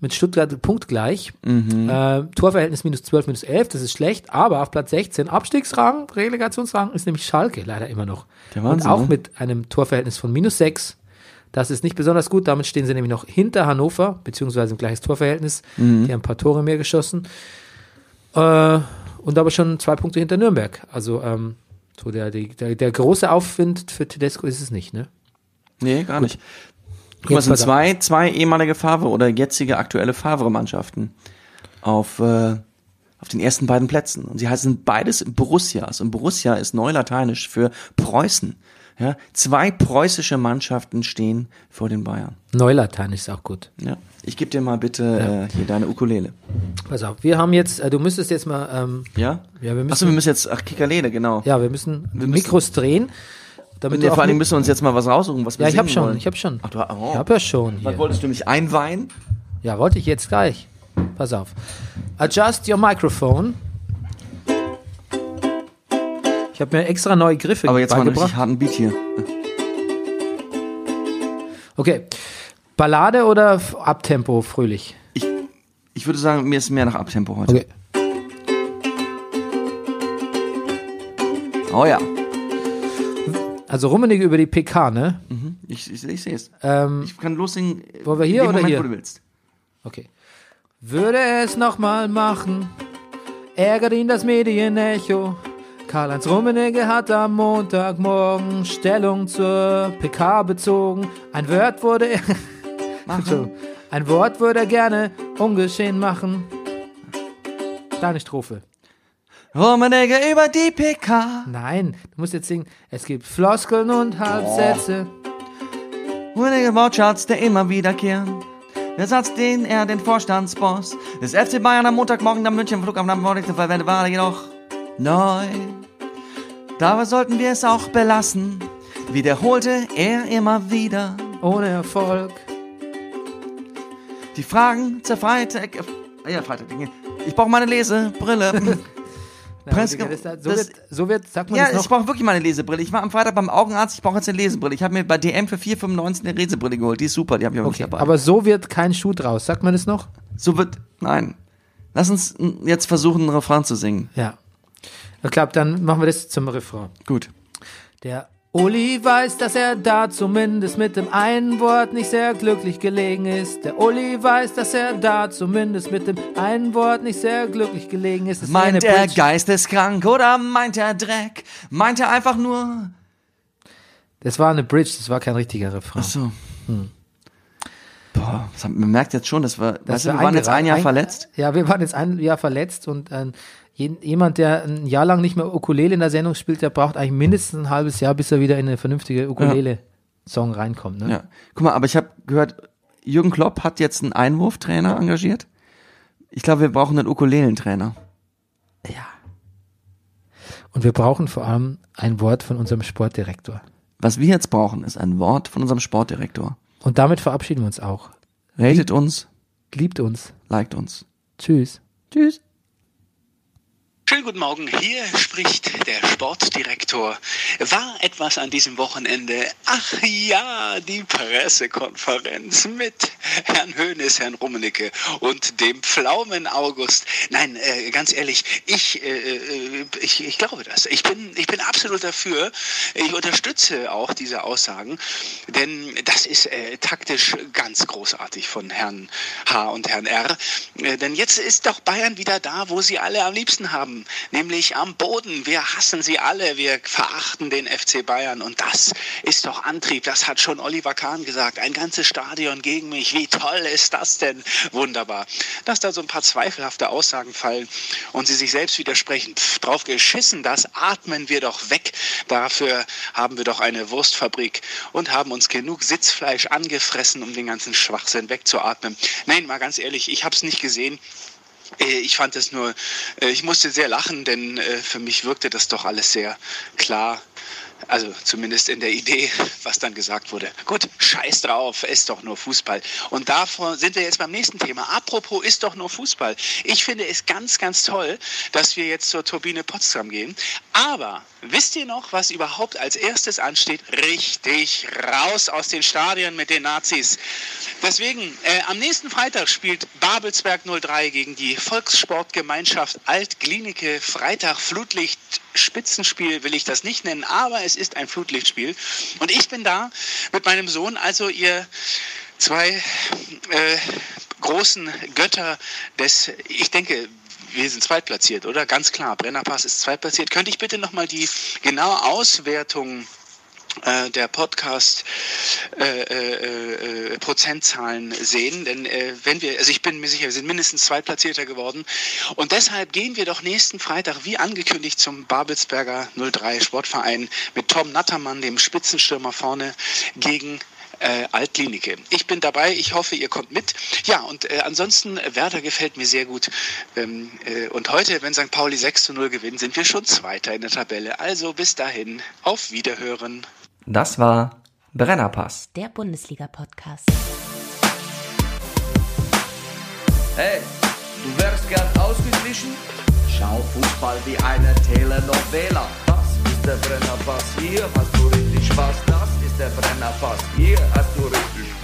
Speaker 2: mit Stuttgart punktgleich.
Speaker 1: Mhm.
Speaker 2: Äh, Torverhältnis minus 12, minus 11, das ist schlecht. Aber auf Platz 16, Abstiegsrang, Relegationsrang, ist nämlich Schalke leider immer noch.
Speaker 1: Der Wahnsinn,
Speaker 2: Und auch
Speaker 1: ne?
Speaker 2: mit einem Torverhältnis von minus 6. Das ist nicht besonders gut. Damit stehen sie nämlich noch hinter Hannover, beziehungsweise ein gleiches Torverhältnis.
Speaker 1: Mhm.
Speaker 2: Die haben ein paar Tore mehr geschossen. Äh, und aber schon zwei Punkte hinter Nürnberg. Also ähm, so der, die- der, der große Aufwind für Tedesco ist es nicht, ne?
Speaker 1: Nee, gar nicht. Guck mal, es
Speaker 2: Jetzt
Speaker 1: sind
Speaker 2: pass auf.
Speaker 1: zwei, zwei ehemalige Favre oder jetzige aktuelle Favre-Mannschaften auf, äh, auf den ersten beiden Plätzen. Und sie heißen beides Borussias. Und Borussia ist neulateinisch für Preußen. Ja, zwei preußische Mannschaften stehen vor den Bayern.
Speaker 2: Neulatein ist auch gut.
Speaker 1: Ja. Ich gebe dir mal bitte äh, hier deine Ukulele.
Speaker 2: Pass auf, wir haben jetzt, äh, du müsstest jetzt mal, ähm,
Speaker 1: Ja?
Speaker 2: Ja, wir müssen-
Speaker 1: Achso, wir müssen jetzt, ach, Kikalele, genau.
Speaker 2: ja, wir müssen
Speaker 1: müssen-
Speaker 2: Mikros drehen. Damit
Speaker 1: Und
Speaker 2: du
Speaker 1: ja,
Speaker 2: auch
Speaker 1: vor allen Dingen
Speaker 2: mit-
Speaker 1: müssen wir uns jetzt mal was raussuchen, was wir
Speaker 2: ja, ich habe
Speaker 1: singen
Speaker 2: schon,
Speaker 1: wollen.
Speaker 2: ich habe schon.
Speaker 1: Ach, du, oh.
Speaker 2: Ich habe ja schon.
Speaker 1: Was
Speaker 2: Hier.
Speaker 1: wolltest du mich einweihen?
Speaker 2: Ja, wollte ich jetzt gleich. Pass auf. Adjust your microphone. Ich habe mir extra neue Griffe
Speaker 1: Aber jetzt mal einen
Speaker 2: beigebracht.
Speaker 1: richtig harten Beat hier.
Speaker 2: Okay. Ballade oder F- Abtempo fröhlich?
Speaker 1: Ich, ich würde sagen, mir ist mehr nach Abtempo heute.
Speaker 2: Okay.
Speaker 1: Oh ja.
Speaker 2: Also Rummenigge über die PK, ne?
Speaker 1: Mhm. Ich, ich, ich sehe es.
Speaker 2: Ähm,
Speaker 1: Ich kann lossingen. äh,
Speaker 2: Wollen wir hier
Speaker 1: in dem
Speaker 2: oder
Speaker 1: Moment,
Speaker 2: hier?
Speaker 1: Wo du willst.
Speaker 2: okay. Würde es nochmal machen, ärgert ihn das Medienecho. Karl-Heinz Rummenigge hat am Montagmorgen Stellung zur PK bezogen. Ein Wort wurde er, Entschuldigung. ein Wort würde er gerne ungeschehen machen. Deine Strophe.
Speaker 1: Rummenigge Oh, über die PK.
Speaker 2: Nein, du musst jetzt singen. Es gibt Floskeln und Halbsätze.
Speaker 1: Rummenigge Wortschatz, der immer wiederkehren. Der Satz, den er den Vorstandsboss des FC Bayern am Montagmorgen am München Flughafen Morgen verwendet, war jedoch neu. Dabei sollten wir es auch belassen, wiederholte er immer wieder.
Speaker 2: Ohne Erfolg.
Speaker 1: Die Fragen zur Freitag. Äh, ja, Freitag. Ich brauche meine Lesebrille.
Speaker 2: Na,
Speaker 1: Preis-
Speaker 2: Digga, das, so,
Speaker 1: das-
Speaker 2: wird, so wird, sagt man
Speaker 1: ja,
Speaker 2: das
Speaker 1: ich
Speaker 2: noch.
Speaker 1: brauche wirklich meine Lesebrille. Ich war am Freitag beim Augenarzt, ich brauche jetzt eine Lesebrille. Ich habe mir bei DM für 4,95 eine Lesebrille geholt. Die ist super, die habe ich aber
Speaker 2: Okay,
Speaker 1: nicht dabei.
Speaker 2: aber so wird kein Schuh draus. Sagt man das noch?
Speaker 1: so wird. Nein. Lass uns n, jetzt versuchen, einen Refrain zu singen.
Speaker 2: Ja. Ich glaube, dann machen wir das zum Refrain.
Speaker 1: Gut.
Speaker 2: Der Uli weiß, dass er da zumindest mit dem einen Wort nicht sehr glücklich gelegen ist. Der Uli weiß, dass er da zumindest mit dem einen Wort nicht sehr glücklich gelegen ist. Das ist
Speaker 1: Meint
Speaker 2: eine
Speaker 1: er
Speaker 2: Bridge.
Speaker 1: geisteskrank oder meint er Dreck? Meint er einfach nur.
Speaker 2: Das war eine Bridge, das war kein richtiger Refrain.
Speaker 1: So. Boah, das hat, man merkt jetzt schon, Hm. dass wir, weißt du,
Speaker 2: wir
Speaker 1: wir waren jetzt ein Jahr
Speaker 2: einge-
Speaker 1: verletzt.
Speaker 2: Ja, wir waren jetzt ein Jahr verletzt und ähm, jen- jemand, der ein Jahr lang nicht mehr Ukulele in der Sendung spielt, der braucht eigentlich mindestens ein halbes Jahr, bis er wieder in eine vernünftige Ukulele-Song reinkommt. Ne?
Speaker 1: Ja. Guck mal, aber ich habe gehört, Jürgen Klopp hat jetzt einen Einwurftrainer engagiert. Ich glaube, wir brauchen einen Ukulelentrainer.
Speaker 2: Und wir brauchen vor allem ein Wort von unserem Sportdirektor.
Speaker 1: Was wir jetzt brauchen, ist ein Wort von unserem Sportdirektor.
Speaker 2: Und damit verabschieden wir uns auch.
Speaker 1: Ratet uns,
Speaker 2: Liebt uns.
Speaker 1: liked uns.
Speaker 2: Tschüss.
Speaker 1: Tschüss.
Speaker 7: Schönen guten Morgen, hier spricht der Sportdirektor. War etwas an diesem Wochenende? Ach ja, die Pressekonferenz mit Herrn Höhnes, Herrn Rummenigge und dem Pflaumen August. Nein, äh, ganz ehrlich, ich, äh, äh, ich, ich glaube das. Ich bin, ich bin absolut dafür. Ich unterstütze auch diese Aussagen, denn das ist äh, taktisch ganz großartig von Herrn H. und Herrn R. Äh, denn jetzt ist doch Bayern wieder da, wo sie alle am liebsten haben, nämlich am Boden. Wir hassen sie alle, wir verachten den FC Bayern und das ist doch Antrieb. Das hat schon Oliver Kahn gesagt. Ein ganzes Stadion gegen mich. Wie toll ist das denn? Wunderbar. Dass da so ein paar zweifelhafte Aussagen fallen und sie sich selbst widersprechen. Pff, drauf geschissen, das atmen wir doch weg. Dafür haben wir doch eine Wurstfabrik und haben uns genug Sitzfleisch angefressen, um den ganzen Schwachsinn wegzuatmen. Nein, mal ganz ehrlich, ich habe es nicht gesehen. Äh, Ich fand es nur, äh, ich musste sehr lachen, denn äh, für mich wirkte das doch alles sehr klar. Also zumindest in der Idee, was dann gesagt wurde. Gut, scheiß drauf, ist doch nur Fußball. Und davon sind wir jetzt beim nächsten Thema. Apropos, ist doch nur Fußball. Ich finde es ganz, ganz toll, dass wir jetzt zur Turbine Potsdam gehen. Aber wisst ihr noch, was überhaupt als erstes ansteht? Richtig, raus aus den Stadien mit den Nazis. Deswegen, äh, am nächsten Freitag spielt Babelsberg 03 gegen die Volkssportgemeinschaft Altglienicke. Freitag Flutlicht Spitzenspiel will ich das nicht nennen, aber es ist ein Flutlichtspiel. Und ich bin da mit meinem Sohn, also ihr zwei äh, großen Götter des, ich denke, wir sind zweitplatziert, oder? Ganz klar, Brennerpass ist zweitplatziert. Könnte ich bitte nochmal die genaue Auswertung äh, der Podcast äh, äh, äh, Prozentzahlen sehen, denn äh, wenn wir, also ich bin mir sicher, wir sind mindestens zweitplatzierter geworden und deshalb gehen wir doch nächsten Freitag wie angekündigt zum Babelsberger 03 Sportverein mit Tom Nattermann, dem Spitzenstürmer vorne gegen äh, Altlinike. Ich bin dabei, ich hoffe, ihr kommt mit. Ja, und äh, ansonsten, äh, Werder gefällt mir sehr gut. Ähm, äh, und heute, wenn St. Pauli 6 zu 0 gewinnt, sind wir schon Zweiter in der Tabelle. Also bis dahin, auf Wiederhören.
Speaker 3: Das war Brennerpass.
Speaker 4: Der Bundesliga-Podcast.
Speaker 5: Hey, du wärst gern ausgeglichen? Schau Fußball wie eine Telenovela. Das ist der Brennerpass, hier hast du richtig Spaß. Das ist der Brennerpass, hier hast du richtig Spaß.